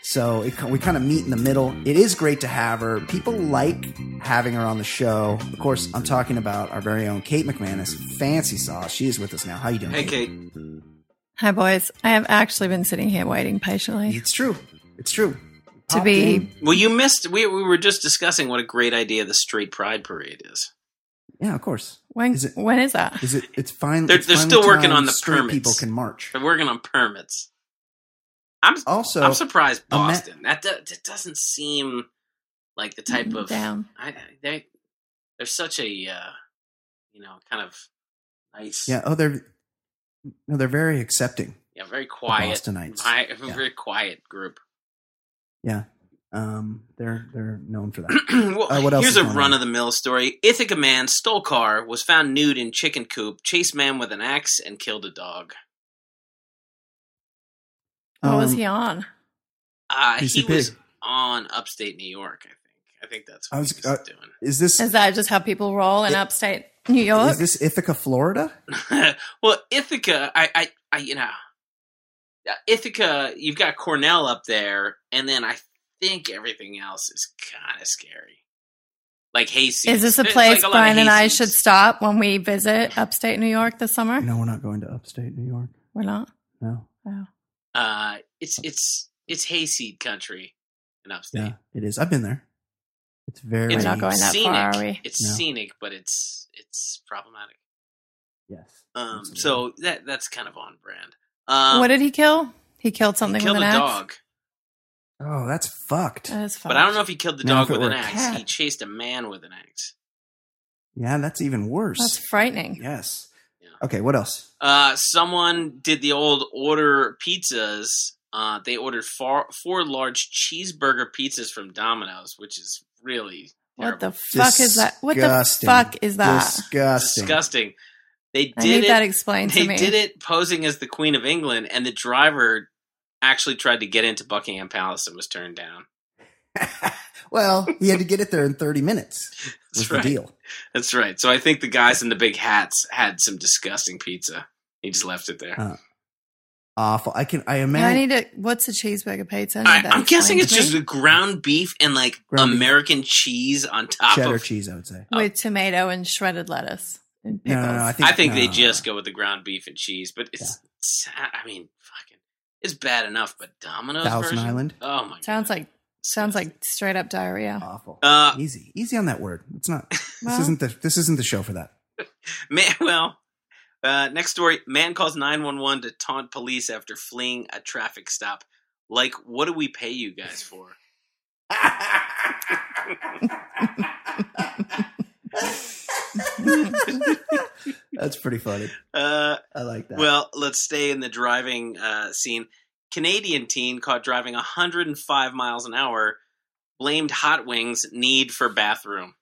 B: So it, ki- we kind of meet in the middle. It is great to have her. People like having her on the show. Of course, I'm talking about our very own Kate McManus, Fancy Sauce. She is with us now. How you doing?
A: Hey,
B: Kate?
A: Kate.
C: Hi, boys. I have actually been sitting here waiting patiently
B: It's true. It's true.
C: to
B: Popped
C: be.
B: in.
A: Well, you missed. We we were just discussing what a great idea the Street Pride Parade is.
B: Yeah, of course.
C: When
B: Is it-
C: when is that?
B: Is it? It's fine.
A: They're-
B: it's
A: they're
B: finally
A: still working
B: time
A: on the
B: straight
A: permits.
B: People can march.
A: They're working on permits. I'm
B: Also,
A: I'm surprised
B: a ma-
A: Boston. that, do, that doesn't seem like the type of
C: Mm, Down.
A: I, I- they they're such a uh, you know kind of nice
B: yeah. Oh, they're no, they're very accepting.
A: yeah, very
B: the
A: quiet
B: Bostonites.
A: vi-
B: Yeah.
A: very quiet group.
B: Yeah. Um, they're they're known for that.
A: well,
B: Uh, what else
A: here's
B: is
A: a
B: going on?
A: run of the mill story. Ithaca man stole car, was found nude in chicken coop, chased man with an axe, and killed a dog.
C: What was
B: Um,
C: he on?
A: Uh,
B: Piece
A: he
B: of
A: was
B: pig.
A: on upstate New York, I think. I think that's what
B: I
A: I
B: was-
A: was,
B: uh,
A: doing.
B: Is this
C: Is that just how people roll in
B: It-
C: upstate New York?
B: is this Ithaca, Florida?
A: well, Ithaca, I, I, I, you know, uh, Ithaca, you've got Cornell up there, and then I think everything else is kind of scary. Like Hayseeds.
C: Is this a
A: There's,
C: place
A: like, lot of
C: Brian and I
A: Hayseeds.
C: should stop when we visit upstate New York this summer?
B: No, we're not going to upstate New York.
C: We're not.
B: No.
C: Wow.
A: Uh, it's it's it's hayseed country in upstate.
B: Yeah, it is. I've been there. It's very.
C: We're
A: It's
C: not going that
A: scenic.
C: far, are we?
A: It's
B: No.
A: scenic, but it's it's problematic.
B: Yes.
A: Um,
B: Absolutely.
A: so that that's kind of on brand. Um,
C: what did he kill? He killed
A: he
C: something
A: killed
C: with
A: a
C: an axe.
A: dog,
B: Oh, that's fucked.
C: That is fun.
A: but I don't know if he killed the
B: Now,
A: dog
B: if it
A: with
B: were
A: an
B: a
A: axe.
B: cat-
A: He chased a man with an axe.
B: yeah, that's even worse.
C: That's frightening.
B: yes.
A: Yeah.
B: Okay. What else?
A: Uh, someone did the old order pizzas. Uh, they ordered four, four large cheeseburger pizzas from Domino's, which is really
C: What
A: terrible.
C: the fuck is that? What the
B: Disgusting.
C: fuck is that?
B: Disgusting.
A: disgusting. They did
C: I need
A: it.
C: that explained
A: they
C: to me.
A: did it posing as the Queen of England, and the driver actually tried to get into Buckingham Palace and was turned down.
B: Well, he had to get it there in 30 minutes. Was
A: That's
B: the
A: right.
B: deal.
A: That's right. So I think the guys in the big hats had some disgusting pizza. He just left it there.
B: Uh, Awful. I can. I
C: Yeah, I
B: imagine.
C: need a what's a cheeseburger pizza? I need
A: I,
C: that
A: I'm guessing
C: explained
A: it's
C: to me.
A: just ground beef and like
B: Ground beef.
A: American cheese on top
B: cheddar
A: of.
B: cheese. I would say.
C: with tomato and shredded lettuce and
B: No,
C: pickles.
B: no, no. I think. uh,
A: I think
B: no,
A: they
B: no, no.
A: just go with the ground beef and cheese, but it's, it's- I mean, fucking, it's bad enough. But Domino's
B: Thousand
A: version?
B: Island?
A: Oh my,
C: sounds
A: God.
C: like sounds like straight up diarrhea.
B: awful.
A: Uh,
B: easy, easy on that word. It's not.
C: Oh. Well-
B: Oh, this isn't the. This isn't the show for that.
A: man. Well, uh, next story: man calls nine one one to taunt police after fleeing a traffic stop. Like, what do we pay you guys for?
B: That's pretty funny.
A: Uh,
B: I like that.
A: Well, let's stay in the driving uh, scene. Canadian teen caught driving 105 miles an hour blamed Hot Wings need for bathroom.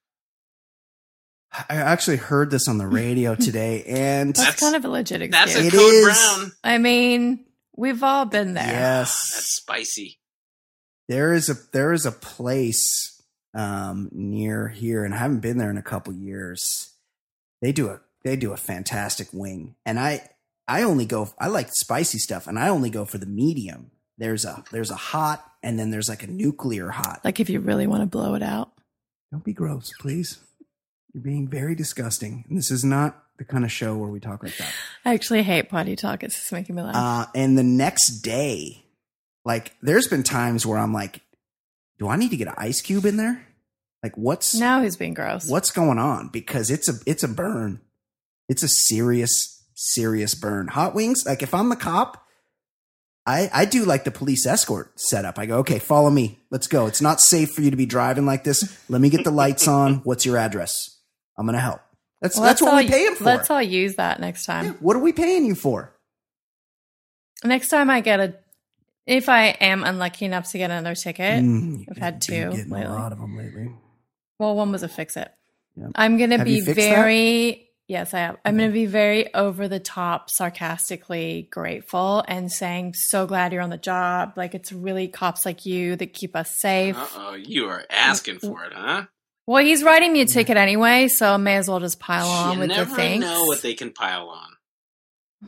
B: I actually heard this on the radio today, and
C: That's,
A: That's-
C: kind of a legit
A: That's
C: excuse.
A: a
B: It
A: code
B: is.
A: brown.
C: I mean, we've all been there.
A: That's
B: yes,
A: spicy.
B: there is a there is a place um, near here, and I haven't been there in a couple years. They do a they do a fantastic wing, and I I only go I like spicy stuff, and I only go for the medium. There's a there's a hot, and then there's like a nuclear hot.
C: Like if you really want to blow it out.
B: Don't be gross, please. You're being very disgusting. And this is not the kind of show where we talk like that.
C: I actually hate potty talk. It's just making me laugh.
B: Uh, and the next day, like, there's been times where I'm like, do I need to get an ice cube in there? Like, what's
C: now he's being gross.
B: what's going on? Because it's a it's a burn. It's a serious serious burn. Hot wings. Like, if I'm the cop, I I do like the police escort setup. I go, okay, follow me. Let's go. It's not safe for you to be driving like this. Let me get the lights on. What's your address? I'm gonna help. That's
C: Well,
B: that's what
C: all,
B: we pay him for.
C: Let's all use that next time.
B: Yeah, what are we paying you for?
C: Next time I get a, if I am unlucky enough to get another ticket,
B: Mm,
C: I've had
B: been
C: two
B: Getting
C: lately.
B: a lot of them lately.
C: Well, one was a fix it.
B: Yeah.
C: I'm gonna
B: Have you
C: be
B: fixed that?
C: very yes, I have. I'm gonna be very over the top, sarcastically grateful and saying, "So glad you're on the job. Like it's really cops like you that keep us safe."
A: Uh oh, you are asking for it, huh?
C: Well, he's writing me a ticket anyway, so I may as well just pile on
A: you
C: with
A: never
C: the things.
A: know what they can pile on.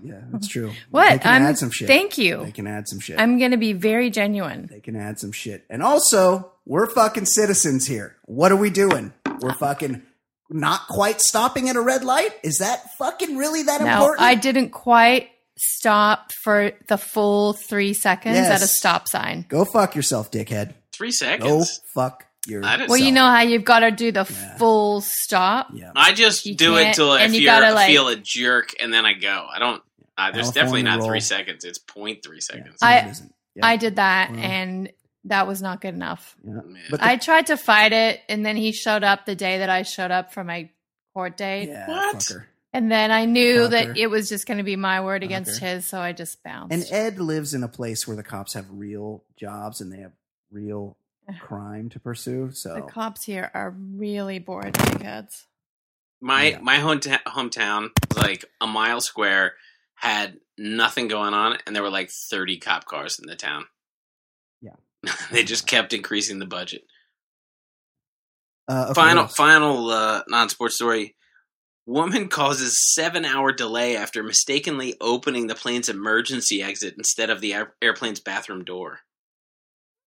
B: Yeah, that's true.
C: What?
B: They can
C: I'm-
B: add some shit.
C: Thank you.
B: They can add some shit.
C: I'm gonna be very genuine.
B: they can add some shit. And also, we're fucking citizens here. What are we doing? We're fucking not quite stopping at a red light. Is that fucking really that
C: No,
B: important?
C: I didn't quite stop for the full three seconds at a
B: Yes.
C: stop sign.
B: Go fuck yourself, dickhead.
A: Three
B: Go
A: seconds.
B: fuck yourself.
A: I didn't-
C: Well, you know how you've got to do the full stop.
B: Yeah.
A: I just
C: You
A: do it
C: can't-
A: till if
C: and you
A: you
C: gotta,
A: are
C: like-
A: feel a jerk and then I go. I don't. Uh, there's definitely
B: California
A: not
B: roll.
A: three seconds. It's point three seconds.
C: I-
B: It isn't. Yeah.
C: I did that,
B: Wow.
C: and that was not good enough.
B: Yeah.
A: Man.
B: But the-
C: I tried to fight it, and then he showed up the day that I showed up for my court date,
B: yeah,
A: What?
B: fucker.
C: and then I knew
B: Fucker.
C: that it was just going to be my word against
B: Fucker.
C: his, so I just bounced.
B: And Ed lives in a place where the cops have real jobs and they have real crime to pursue. So
C: the cops here are really bored, dickheads.
A: my
B: Yeah.
A: my hometown hometown like a mile square had nothing going on and there were like 30 cop cars in the town
B: Yeah.
A: they just kept increasing the budget
B: Uh, okay,
A: final
B: what else?
A: final uh, non-sports story woman causes seven hour delay after mistakenly opening the plane's emergency exit instead of the air- airplane's bathroom door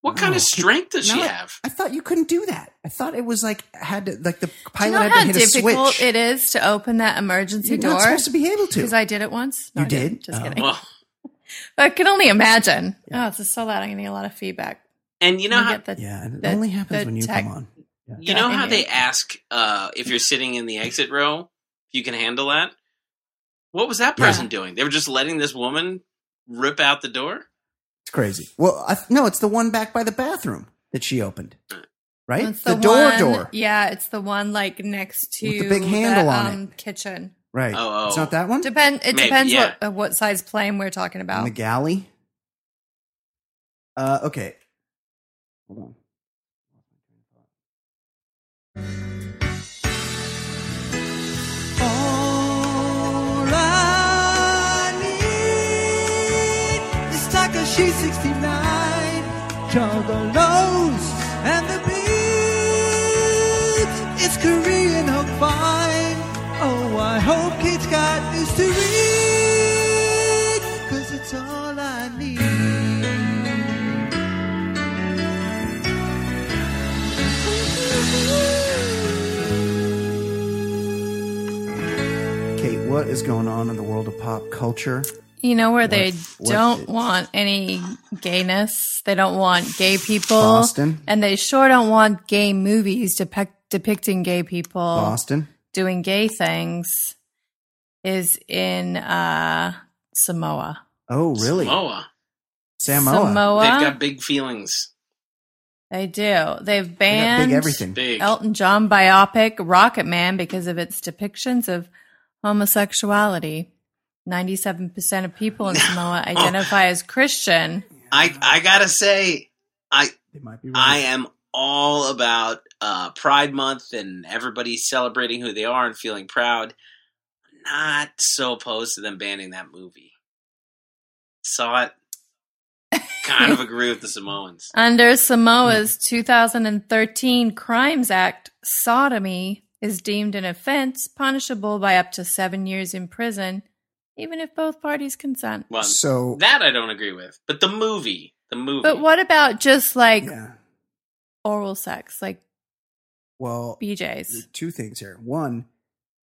A: what kind
B: Wow.
A: of strength does she
B: No.
A: have
B: I thought you couldn't do that. I thought it was like had to like the
C: Do
B: pilot
C: you know
B: had
C: how
B: to hit a
C: difficult
B: switch.
C: it is to open that emergency
B: You're not
C: door?
B: supposed to be able
C: Because
B: to.
C: I did it once. No,
B: You
C: I didn't.
B: did?
C: Just
B: Oh.
C: kidding.
A: well
C: I can only imagine. Oh, this is so loud. I'm going to get a lot of feedback.
A: and you know
C: Let me
A: how
C: get the-
B: yeah, and it
C: the-
B: only happens
C: the
B: when you
C: tech-
B: come on.
A: You
C: Yeah.
A: know how
C: Mhm.
A: they ask uh, if you're sitting in the exit row, if you can handle that? What was that person doing? They were just letting this woman rip out the door?
B: It's crazy. Well, I, no, it's the one back by the bathroom that she opened, right?
C: It's
B: the, door,
C: one-
B: door,
C: Yeah, it's the one like next to
B: With the big handle on
C: it. kitchen.
B: right?
A: Oh, oh.
B: It's not that one.
C: Depend. It
A: Maybe,
C: depends
A: yeah.
C: what uh, what size plane we're talking
B: In
C: about.
B: the galley. Uh, okay. Hold on.
D: All I need is Takashi 69, John the Lowe's, and the beat. North Korean hog fine. Oh, I hope Kate's got news to read, 'cause it's all I need.
B: Kate, what is going on in the world of pop culture?
C: You know where they
B: what
C: don't
B: is-
C: want any gayness. They don't want gay people.
B: Boston.
C: And they sure don't want gay movies depic- depicting gay people
B: Boston.
C: doing gay things is in uh, Samoa.
B: Oh, really?
A: Samoa.
B: Samoa.
A: They've got big feelings.
C: They do. They've
B: They got
C: banned
B: big everything.
A: Big.
C: Elton John biopic Rocket Man because of its depictions of homosexuality. 97% of people in Samoa
B: Oh.
C: identify as Christian.
A: I I gotta say, I
B: They might be
A: I
B: right.
A: am all about uh, Pride Month and everybody celebrating who they are and feeling proud. Not so opposed to them banning that movie. Saw it. Kind of agree with the Samoans.
C: Under Samoa's 2013 Crimes Act, sodomy is deemed an offense punishable by up to seven years in prison, even if both parties consent.
A: Well,
B: so
A: that I don't agree with. But the movie, the movie.
C: But what about just like
B: yeah.
C: oral sex, like
B: Well,
C: BJ's?
B: two things here. One,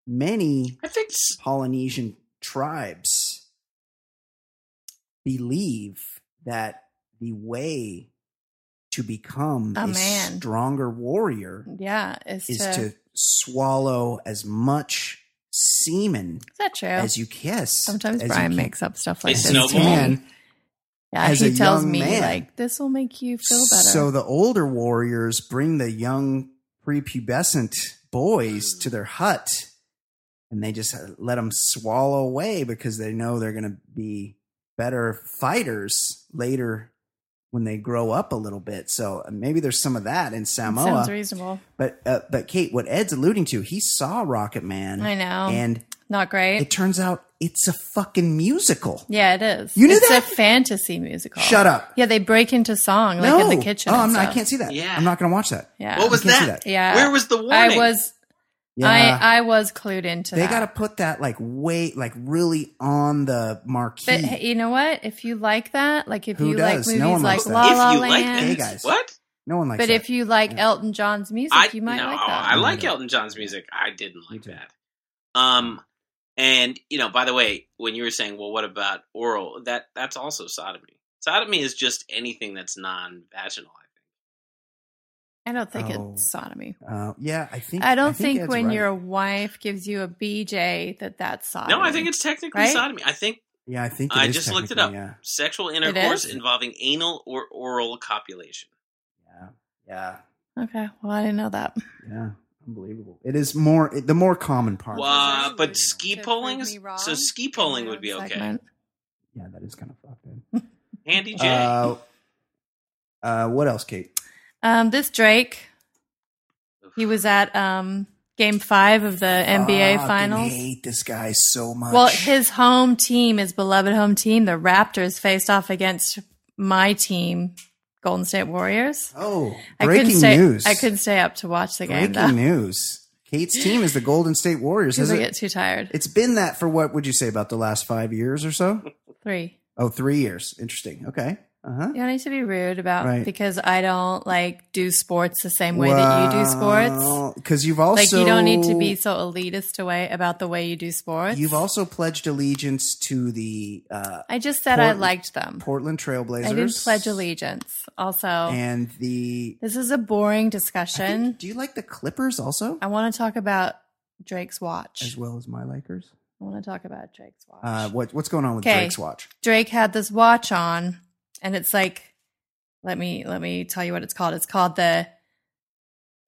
B: many
A: I think s-
B: Polynesian tribes believe that the way to become
C: A
B: a,
C: man.
B: stronger warrior
C: Yeah, is,
B: is
C: to,
B: to swallow as much semen
C: Is that true?
B: as you kiss.
C: Sometimes
B: as you
C: Brian
B: can-
C: makes up stuff like
A: It's
C: this.
B: as you
A: snowball.
C: to me.
B: can.
C: Yeah,
B: as
C: he
B: a
C: tells
B: young
C: me
B: man.
C: like this will make you feel better.
B: So the older warriors bring the young prepubescent boys to their hut and they just uh, let them swallow away because they know they're going to be better fighters later when they grow up a little bit. So uh, maybe there's some of that in
C: It
B: Samoa.
C: sounds reasonable.
B: but uh, but Kate, what Ed's alluding to, he saw Rocket Man
C: I know.
B: and
C: Not great.
B: it turns out it's a fucking musical.
C: yeah, it is.
B: You knew
C: it's
B: that?
C: a fantasy musical.
B: Shut up.
C: Yeah, they break into song like
B: no.
C: in the kitchen.
B: Oh,
C: and
B: I'm not, I
C: stuff.
B: can't see that.
A: Yeah.
B: I'm not going to watch that.
C: Yeah.
A: what was
B: I can't see
A: that?
B: that.
C: Yeah.
A: Where was the warning?
C: I was I I was clued into
B: They
C: that.
B: got to put that like way, like really on the marquee.
C: but hey, you know what? If you like that, like if
B: Who
C: you
B: does? No
C: like movies
B: one
C: like
B: likes that.
C: La
A: if
C: La
A: you like
C: Land,
B: Hey,
A: that,
B: guys.
A: what?
B: no one likes
C: but
B: that.
C: if you like Elton John's music,
A: I
C: you might
A: no,
C: like that.
A: I like Elton John's music. I didn't like that. Um, and you know, by the way, when you were saying, well, what about oral? That that's also sodomy. Sodomy is just anything that's non-vaginal. I
C: I don't think
B: Oh.
C: it's sodomy.
B: uh, yeah, I think
C: I don't
B: think,
C: think,
B: Ed's
C: when
B: right.
C: your wife gives you a BJ that that's
A: think.
C: sodomy.
A: No, I think it's technically
C: Right?
A: sodomy. I think
B: yeah, I think it
A: I
B: is
A: just looked it up.
B: technically, Yeah,
A: Sexual intercourse
C: is?
A: involving anal or oral copulation.
B: yeah,
C: okay. Well, I didn't know that.
B: yeah, yeah. unbelievable. It is more it, the more common part. of it.
A: Wow,
C: that
A: but
C: to
A: ski
C: prove
A: polling
C: me
A: is
C: wrong
A: so ski
C: in
A: polling
C: my
A: would
C: own
A: be okay.
C: segment.
B: Yeah, that is kind of fucked. in.
A: Handy J.
B: Uh, uh, what else, Kate?
C: Um, this Drake, he was at um, Game Five of the NBA
B: Fucking
C: Finals.
B: Ah, Hate this guy so much.
C: Well, his home team, his beloved home team, the Raptors, faced off against my team, Golden State Warriors.
B: oh
C: I couldn't
B: breaking
C: stay,
B: news!
C: I couldn't stay up to watch the game though.
B: breaking news. Kate's team is the Golden State Warriors.
C: Because
B: Has
C: I
B: it,
C: get too tired.
B: it's been that for what would you say about the last five years or so?
C: Three.
B: Oh, three years. Interesting. Okay. Uh huh.
C: You don't need to be rude about
B: Right.
C: because I don't like do sports the same way that you do sports.
B: Because you've also
C: Like you don't need to be so elitist away about the way you do sports.
B: You've also pledged allegiance to the uh,
C: I just said I
B: Portland-
C: liked them.
B: Portland Trailblazers.
C: I didn't pledge allegiance. Also,
B: And the.
C: this is a boring
B: I think-
C: discussion.
B: do you like the Clippers also,
C: I, want to talk about Drake's
B: as
C: watch.
B: well as my Lakers?
C: I want to talk about Drake's watch.
B: Uh, what what's going on with
C: Okay.
B: Drake's watch?
C: Drake had this watch on, and it's like, let me let me tell you what it's called. It's called the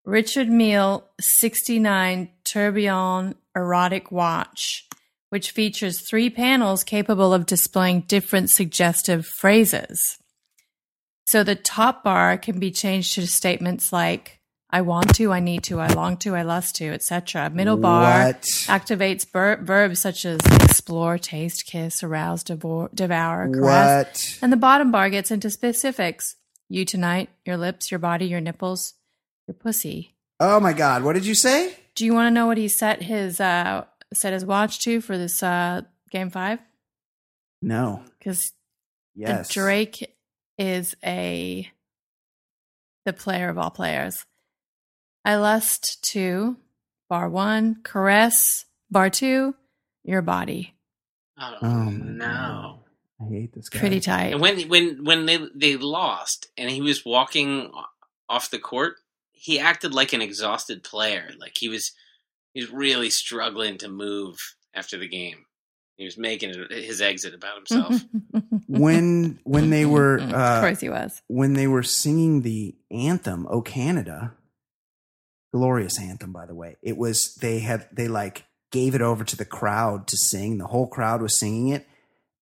C: Richard Mille 69 Tourbillon Erotic Watch, which features three panels capable of displaying different suggestive phrases. So the top bar can be changed to statements like "I want to," "I need to," "I long to," "I lust to," etc. Middle bar
B: What?
C: activates ver- verbs such as explore, taste, kiss, arouse, devour, devour caress.
B: What?
C: And the bottom bar gets into specifics you tonight, your lips, your body, your nipples, your pussy,
B: Oh my God. What did you say?
C: Do you want to know what he set his uh set his watch to for this uh game five?
B: No.
C: Because
B: Yes.
C: Drake is a the player of all players. I lust to bar one, caress, bar two, your body.
A: Oh,
B: Oh, my
A: no!
B: I hate this guy.
C: Pretty tight.
A: And when when when they they lost and he was walking off the court, he acted like an exhausted player. Like he was he was really struggling to move after the game. He was making his exit about himself.
B: Mm-hmm. when when they were
C: of
B: uh,
C: course he was.
B: when they were singing the anthem "O Canada," glorious anthem by the way. It was they had they like gave it over to the crowd to sing. The whole crowd was singing it,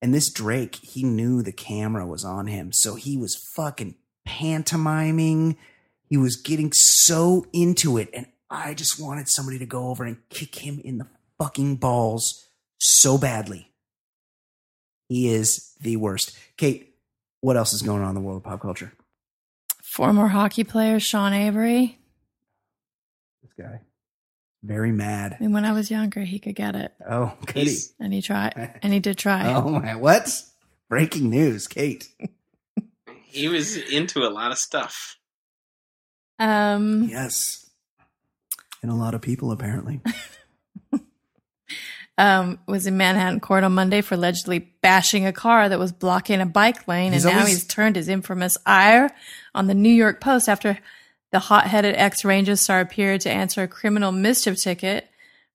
B: and this Drake he knew the camera was on him, so he was fucking pantomiming. He was getting so into it, and I just wanted somebody to go over and kick him in the fucking balls so badly. He is the worst. Kate, what else is going on in the world of pop culture?
C: Former hockey player Sean Avery.
B: This guy. Very mad.
C: I mean, when I was younger, he could get it,
B: Oh, goody.
A: He's-
C: and he tried, and he did try.
B: Oh my what? Breaking news, Kate.
A: He was into a lot of stuff.
B: Oh.
C: Um,
B: Yes. And a lot of people apparently.
C: um, was in Manhattan court on Monday for allegedly bashing a car that was blocking a bike lane,
B: He's
C: and now
B: always-
C: he's turned his infamous ire on the New York Post after the hot-headed ex-Rangers star appeared to answer a criminal mischief ticket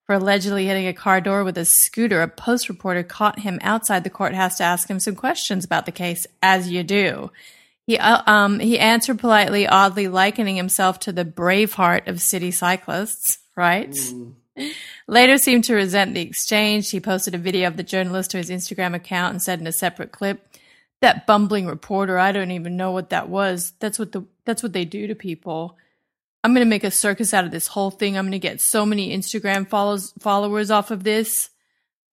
C: for allegedly hitting a car door with a scooter. A Post reporter caught him outside the courthouse to ask him some questions about the case, as you do. He uh, um he answered politely, oddly likening himself to the Braveheart of city cyclists. Right. Later seemed to resent the exchange. He posted a video of the journalist to his Instagram account and said in a separate clip, "That bumbling reporter, I don't even know what that was. That's what the that's what they do to people. I'm going to make a circus out of this whole thing. I'm going to get so many Instagram follows followers off of this.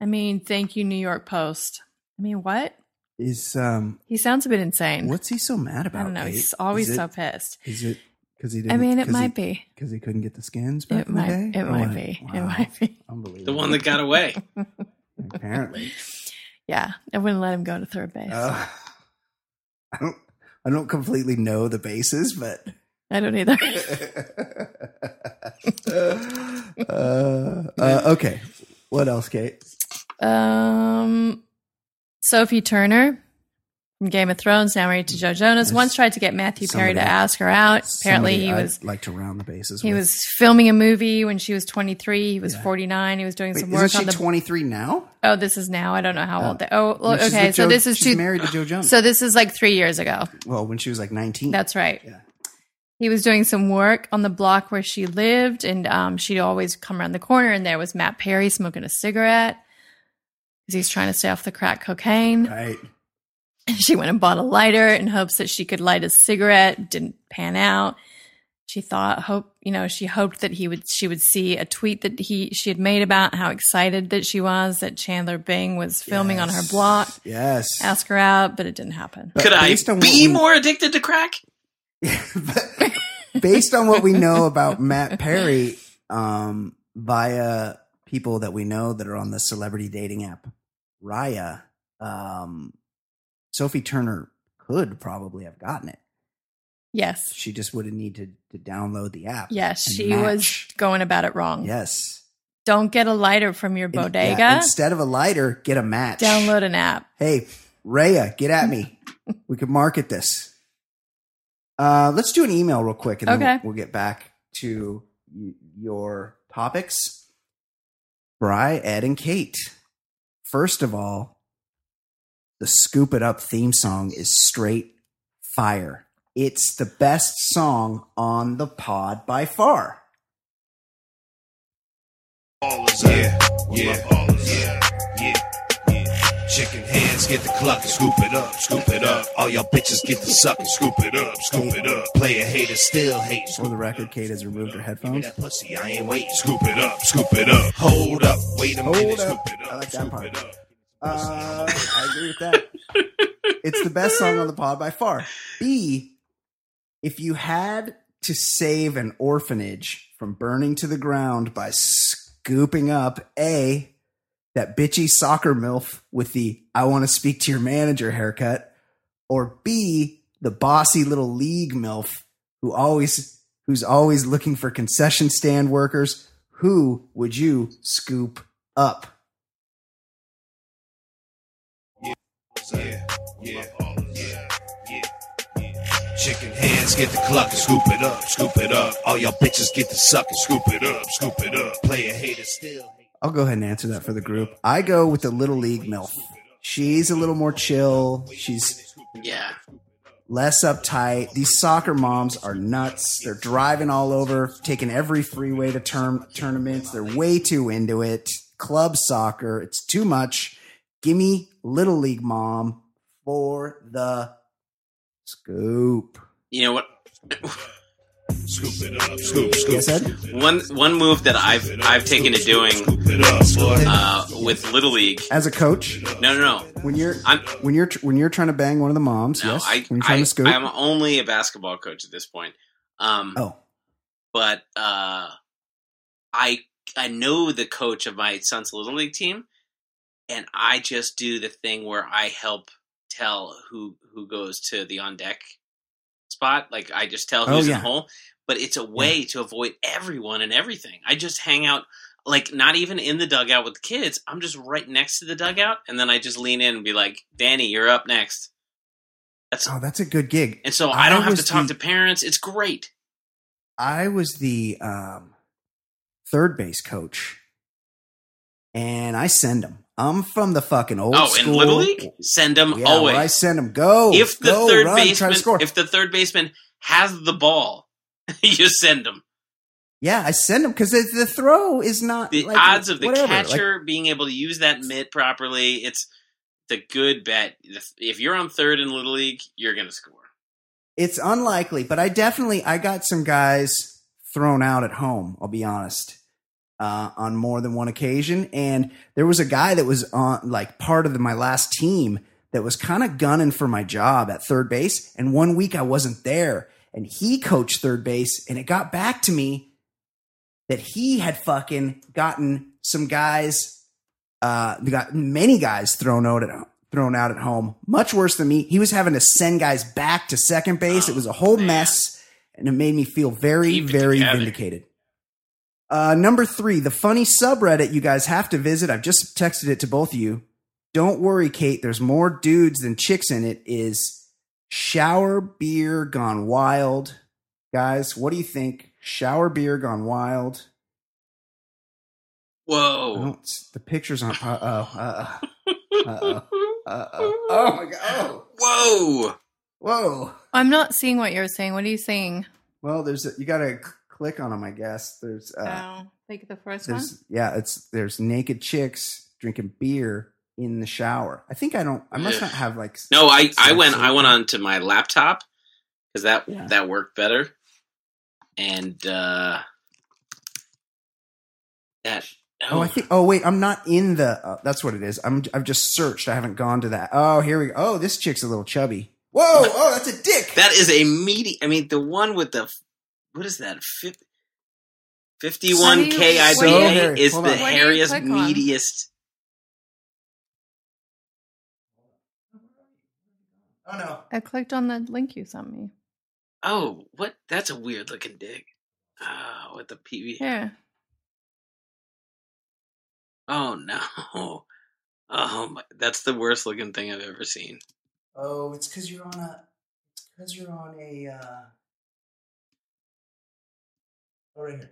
C: I mean, thank you New York Post. I mean, what?
B: Is um
C: He sounds a bit insane.
B: what's he so mad about?
C: I don't know.
B: Kate?
C: He's always
B: is it,
C: so pissed.
B: Is it cuz he didn't
C: I mean, it might be.
B: cuz he couldn't get the skins back
C: It
B: in the
C: might.
B: day?
C: It
B: Or
C: might
B: what?
C: be. It
B: Wow.
C: might be.
B: Unbelievable.
A: The one that
B: Mm-hmm.
A: got away.
B: apparently.
C: Yeah, I wouldn't let him go to third base.
B: Uh, I don't I don't completely know the bases, but
C: I don't either.
B: uh, uh, okay. What else, Kate?
C: Um, Sophie Turner from Game of Thrones, now married to Joe Jonas, once tried to get Matthew Perry
B: Somebody-
C: to ask her out. Apparently,
B: Somebody
C: he
B: I'd
C: was
B: like to round the bases.
C: he
B: with.
C: was filming a movie when she was 23. He was 49. He was doing
B: Wait,
C: some
B: isn't
C: work on
B: she
C: the.
B: twenty three now?
C: oh, this is now. I don't know how
B: Oh.
C: old. They, oh, well,
B: No, she's
C: okay.
B: with
C: So
B: Joe-
C: this is
B: she's
C: two.
B: married to Joe Jonas.
C: So this is like three years ago.
B: well, when she was like nineteen.
C: That's right.
B: Yeah.
C: He was doing some work on the block where she lived, and um, she'd always come around the corner, and there was Matt Perry smoking a cigarette because he's trying to stay off the crack cocaine.
B: right.
C: She went and bought a lighter in hopes that she could light a cigarette. Didn't pan out. She thought, hope you know, she hoped that he would. She would see a tweet that he she had made about how excited that she was that Chandler Bing was filming on her
B: Yes.
C: block.
B: Yes.
C: Ask her out, but it didn't happen.
B: But
A: Could I
B: based on what
A: be
B: we-
A: more addicted to crack?
B: But based on what we know about Matt Perry, um, via people that we know that are on the celebrity dating app, Raya, um, Sophie Turner could probably have gotten it.
C: Yes,
B: She just would have needed to download the app.
C: yes,
B: and
C: she was
B: match.
C: going about it wrong.
B: Yes.
C: Don't get a lighter from your
B: In- yeah,
C: bodega.
B: instead of a lighter, get a match.
C: Download an app.
B: Hey, Raya, get at me. we could market this. Uh, let's do an email real quick, and then
C: Okay.
B: we'll, we'll get back to y- your topics. Bry, Ed, and Kate. First of all, the "Scoop It Up" theme song is straight fire. It's the best song on the pod by far.
F: Ballers yeah, yeah, ballers yeah, yeah, yeah. Chicken hands get the cluck and scoop it up, scoop it up. All y'all bitches get the suck and scoop it up, scoop it up. Player hater still hating.
B: For the record, Kate has removed her headphones.
F: That pussy, I ain't waiting. Scoop it up, scoop it up. Hold up, wait a
B: Hold
F: minute.
B: up.
F: Scoop it up,
B: I like that
F: scoop
B: part.
F: it up.
B: Uh, I agree with that. it's the best song on the pod by far. B, if you had to save an orphanage from burning to the ground by scooping up a that bitchy soccer milf with the I want to speak to your manager haircut, or B the bossy little league milf who always who's always looking for concession stand workers. Who would you scoop up?
F: Yeah, yeah, yeah, yeah, yeah. Chicken hands get the cluck and scoop it up, scoop it up. All y'all bitches get the suck and scoop it up, scoop it up. Player hater still.
B: I'll go ahead and answer that for the group. I go with the little league milf. She's a little more chill. She's
A: Yeah.
B: less uptight. These soccer moms are nuts. They're driving all over, taking every freeway to term tournaments. They're way too into it. Club soccer, it's too much. Gimme little league mom for the scoop.
A: You know what?
F: Scoop it up, scoop, scoop.
B: Yes, Ed?
A: One one move that I've I've taken to doing
F: Scoop it up, boy.
A: uh, with Little League.
B: As a coach,
A: No, no, no.
B: when you're
A: I'm
B: when you're when you're trying to bang one of the moms,
A: no.
B: yes,
A: I,
B: when you're trying
A: I
B: to scoop.
A: I'm only a basketball coach at this point. Um,
B: oh,
A: but uh, I I know the coach of my son's little league team, and I just do the thing where I help tell who who goes to the on deck spot. Like I just tell
B: Oh,
A: who's
B: yeah.
A: in the hole, but it's a way to avoid everyone and everything. I just hang out. Like not even in the dugout with the kids, I'm just right next to the dugout, and then I just lean in and be like, "Danny, you're up next."
B: oh, that's a good gig.
A: And so I don't
B: I
A: have to
B: was
A: talk
B: the-
A: to parents. It's great.
B: I was the um, third base coach, and I send them. I'm from the fucking old
A: oh,
B: school.
A: in little league, send them
B: yeah,
A: always.
B: where I send them. Go
A: if the
B: go,
A: third
B: run, try to score.
A: baseman if the third baseman has the ball, you send him.
B: yeah, I send them because the, the throw is not
A: The
B: like,
A: odds of the
B: whatever, like-
A: catcher being able to use that mitt properly, it's the good bet. If- If you're on third in little league, you're going to score.
B: it's unlikely, but I definitely I got some guys thrown out at home. I'll be honest, uh, on more than one occasion, and there was a guy that was on like part of the, my last team that was kind of gunning for my job at third base, and one week I wasn't there, and he coached third base, and it got back to me that he had fucking gotten some guys uh, they got many guys thrown out at thrown out at home, much worse than me. He was having to send guys back to second base. it was a whole
A: man.
B: mess, and it made me feel very,
A: Keep it
B: very
A: together.
B: vindicated. Uh, number three, the funny subreddit you guys have to visit. I've just texted it to both of you. Don't worry, Kate. There's more dudes than chicks in it. Is shower beer gone wild, guys? What do you think? Shower beer gone wild. I
A: Whoa.
B: don't. The pictures aren't. po- Oh, uh, uh, uh, oh, oh my god! Oh,
A: Whoa.
B: whoa!
C: I'm not seeing what you're saying. What are you saying?
B: Well, there's a, you got to click on them, I guess. There's, uh,
C: oh, like the first one.
B: there's, yeah, it's there's naked chicks drinking beer in the shower. I think I don't. I must
A: Ugh.
B: not have like. s-
A: No, I, I went
B: sensor.
A: I went on to my laptop cuz that
B: Yeah.
A: that worked better. And uh that
B: Oh, I think. Oh, wait. I'm not in the. Uh, that's what it is. I'm. I've just searched. I haven't gone to that. Oh, here we go. Oh, this chick's a little chubby. Whoa! Oh, that's a dick.
A: That is a meaty. I mean, the one with the what is that? Fif- Fifty-one
C: What do
A: K
C: you-
B: what do you- So
A: IBA
B: hairy.
A: is the
B: Hold on.
C: What do you
A: hairiest,
C: click on?
A: meatiest.
B: Oh no.
C: I clicked on the link you sent me.
A: Oh, what? That's a weird looking dick. Ah, with the PV.
C: Here.
A: Oh no. Oh, my, that's the worst looking thing I've ever seen.
B: Oh, it's because you're on a. It's because you're on a. Uh... Oh, right here.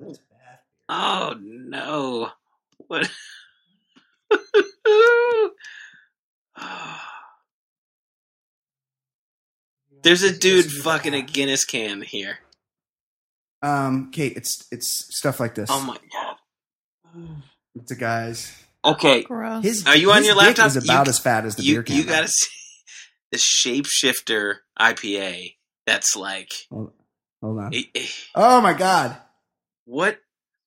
B: No, that's bad.
A: Oh no. What? There's a dude fucking a Guinness can here.
B: Um, Kate, it's it's stuff like this.
A: Oh my god.
B: It's a guy's.
A: Okay,
C: Gross.
B: His.
A: Are you on
B: his
A: your
B: dick
A: laptop?
B: Is about
A: You-
B: as fat as the
A: you
B: beer can.
A: you gotta see the shapeshifter IPA. That's like
B: Hold, hold on.
A: eh, eh,
B: Oh my god,
A: what?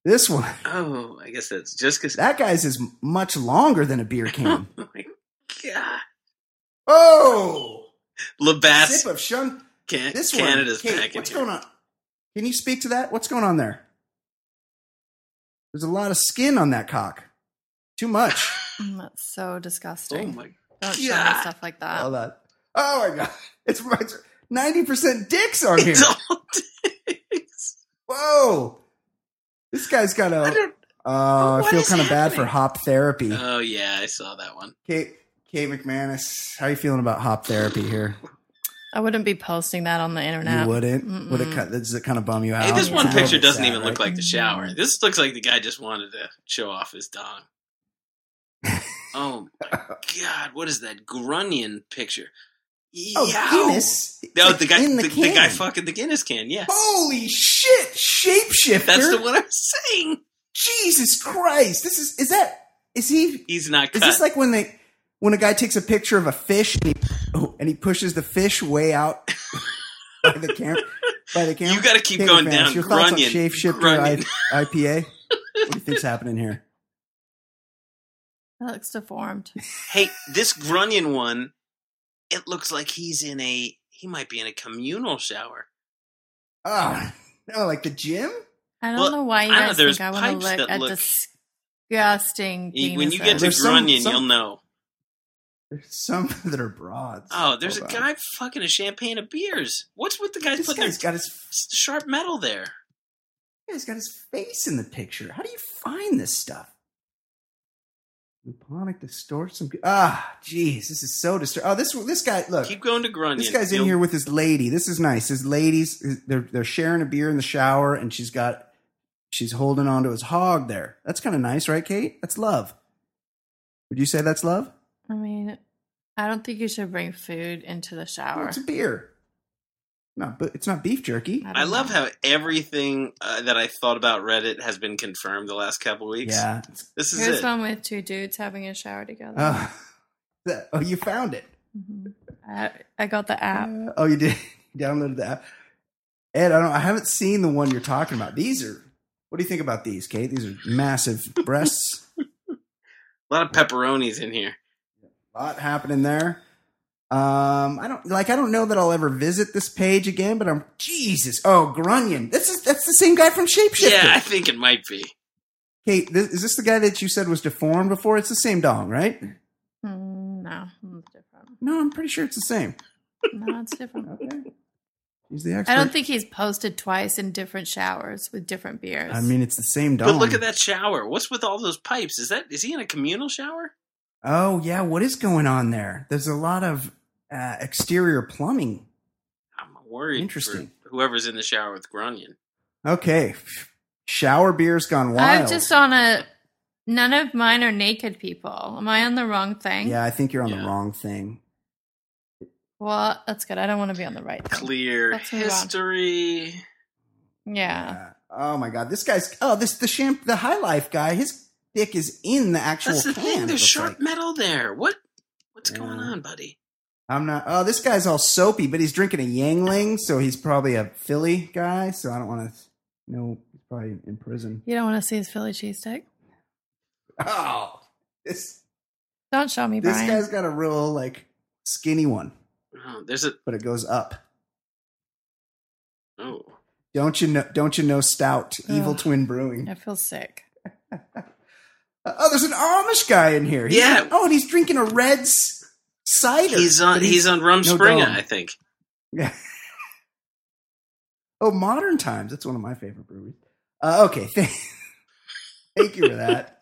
B: this one.
A: Oh, I guess that's just because.
B: That guy's is much longer than a beer can.
A: Oh my god,
B: oh,
A: Labatt's
B: sip of shun.
A: Can-
B: This one,
A: Canada's
B: Kate,
A: back in
B: what's
A: here.
B: going on? Can you speak to that? What's going on there? There's a lot of skin on that cock. Too much.
C: Mm, That's so disgusting.
A: Oh my!
C: Don't show me
A: God.
C: stuff like that.
B: All that. Oh my god! It's ninety percent dicks on here.
A: It's all dicks.
B: Whoa! This guy's got
A: I
B: a.
A: don't.
B: Oh, I
A: what
B: feel
A: is
B: kind of bad for
A: happening?
B: hop therapy.
A: Oh yeah, I saw that one.
B: Kate, Kate McManus, how are you feeling about hop therapy here?
C: I wouldn't be posting that on the internet.
B: You wouldn't?
C: Mm-mm.
B: Would it cut? Does it kind of bum you out?
A: Hey, this one
C: yeah.
A: picture
B: It's
A: doesn't
B: sad,
A: even
B: right?
A: look like the shower. This looks like the guy just wanted to show off his dong. oh my god, what is that grunion picture?
B: Oh,
A: Yow.
B: Guinness. It's
A: No,
B: like
A: the guy,
B: in
A: the,
B: the,
A: the
B: can.
A: guy fucking the Guinness can. Yeah,
B: Holy shit! Shapeshifter.
A: that's the one I'm saying.
B: Jesus Christ! This is is that is he?
A: He's not
B: Is
A: cut.
B: this like when they when a guy takes a picture of a fish and he, oh, and he pushes the fish way out by the camera? By the camera.
A: you got to keep
B: Hey,
A: going
B: fans,
A: down.
B: Your thoughts on
A: Grunion.
B: Shapeshifter
A: Grunion.
B: I, IPA? What do you think's happening here?
C: That looks deformed.
A: Hey, this Grunion one, it looks like he's in a he might be in a communal shower.
B: Ah, no, like the gym.
C: I don't
A: Well,
C: know why you
A: I don't know,
C: guys
A: there's
C: think I want to
A: pipes
C: look
A: that
C: at
A: look-
C: disgusting penises.
A: E, When you get to
B: There's some-
A: Grunion,
B: some-
A: you'll know.
B: There's some that are broads.
A: Oh, there's a
B: Hold on.
A: guy fucking a champagne of beers. What's with the guys
B: This
A: putting their
B: guy's got his
A: s- sharp metal there?
B: Yeah, he's got his face in the picture. How do you find this stuff? Luponic distorts some. Ah, jeez, this is so disturbing. Oh, this this guy. Look,
A: Keep going to Grunion.
B: this guy's in
A: You'll-
B: here with his lady. This is nice. His ladies, they're they're sharing a beer in the shower, and she's got she's holding on to his hog there. That's kind of nice, right, Kate? That's love. Would you say that's love?
C: I mean, I don't think you should bring food into the
B: No,
C: shower.
B: it's a beer. Not, but it's not beef jerky.
C: don't
A: I love
C: know.
A: how everything uh, that I thought about Reddit has been confirmed the last couple weeks.
B: Yeah. it's-
A: This is
C: Here's
A: it.
C: one with two dudes having a shower together.
B: Oh, that- oh, you found it.
C: Mhm. I, I got the app.
B: Uh, oh, you did you downloaded the app. Ed, I don't. I haven't seen the one you're talking about. These are. What do you think about these, Kate? These are massive breasts.
A: A lot of pepperonis in here.
B: A lot happening there. Um, I don't like. I don't know that I'll ever visit this page again. But I'm Jesus. Oh, Grunion. This is that's the same guy from Shapeshifter.
A: Yeah, I think it might be.
B: Kate, this, is this the guy that you said was deformed before? It's the same dong, right?
C: Mm, no, it's different.
B: No, I'm pretty sure it's the same.
C: No, it's different.
B: Okay. He's the expert.
C: I don't think he's posted twice in different showers with different beers.
B: I mean, it's the same dong.
A: But look at that shower. What's with all those pipes? Is that is he in a communal shower?
B: Oh yeah, what is going on there? There's a lot of uh, exterior plumbing.
A: I'm worried.
B: Interesting.
A: For whoever's in the shower with Grunion.
B: Okay, shower beer's gone wild.
C: I'm just on a. None of mine are naked people. Am I on the wrong thing?
B: yeah, I think you're on the
A: Yeah.
B: wrong thing.
C: Well, that's good. I don't want to be on the right. thing.
A: Clear
C: Let's move on.
A: history.
C: Yeah.
B: Uh, oh my god, this guy's oh this the champ the high life guy. His dick is in the actual
A: That's the
B: can.
A: thing.
B: it
A: There's
B: looks
A: sharp
B: like.
A: metal there. What? What's
B: Yeah.
A: going on, buddy?
B: I'm not. Oh, this guy's all soapy, but he's drinking a Yangling, so he's probably a Philly guy. So I don't want to. No, he's probably in prison.
C: You don't want to see his Philly cheesesteak?
B: Oh, this
C: Don't show me,
B: this
C: Brian.
B: guy's got a real like skinny one,
A: Oh, there's a
B: but it goes up.
A: oh.
B: Don't you know? Don't you know? Stout, evil
C: Ugh.
B: twin brewing.
C: I feel sick.
B: Uh, oh, there's an Amish guy in here. He's-
A: Yeah.
B: oh, and he's drinking a red s- cider.
A: He's on
B: But
A: he's on Rum
B: no
A: Springer,
B: dome.
A: I think.
B: Yeah. oh, modern times. That's one of my favorite breweries. Uh, okay, thank, thank you for that.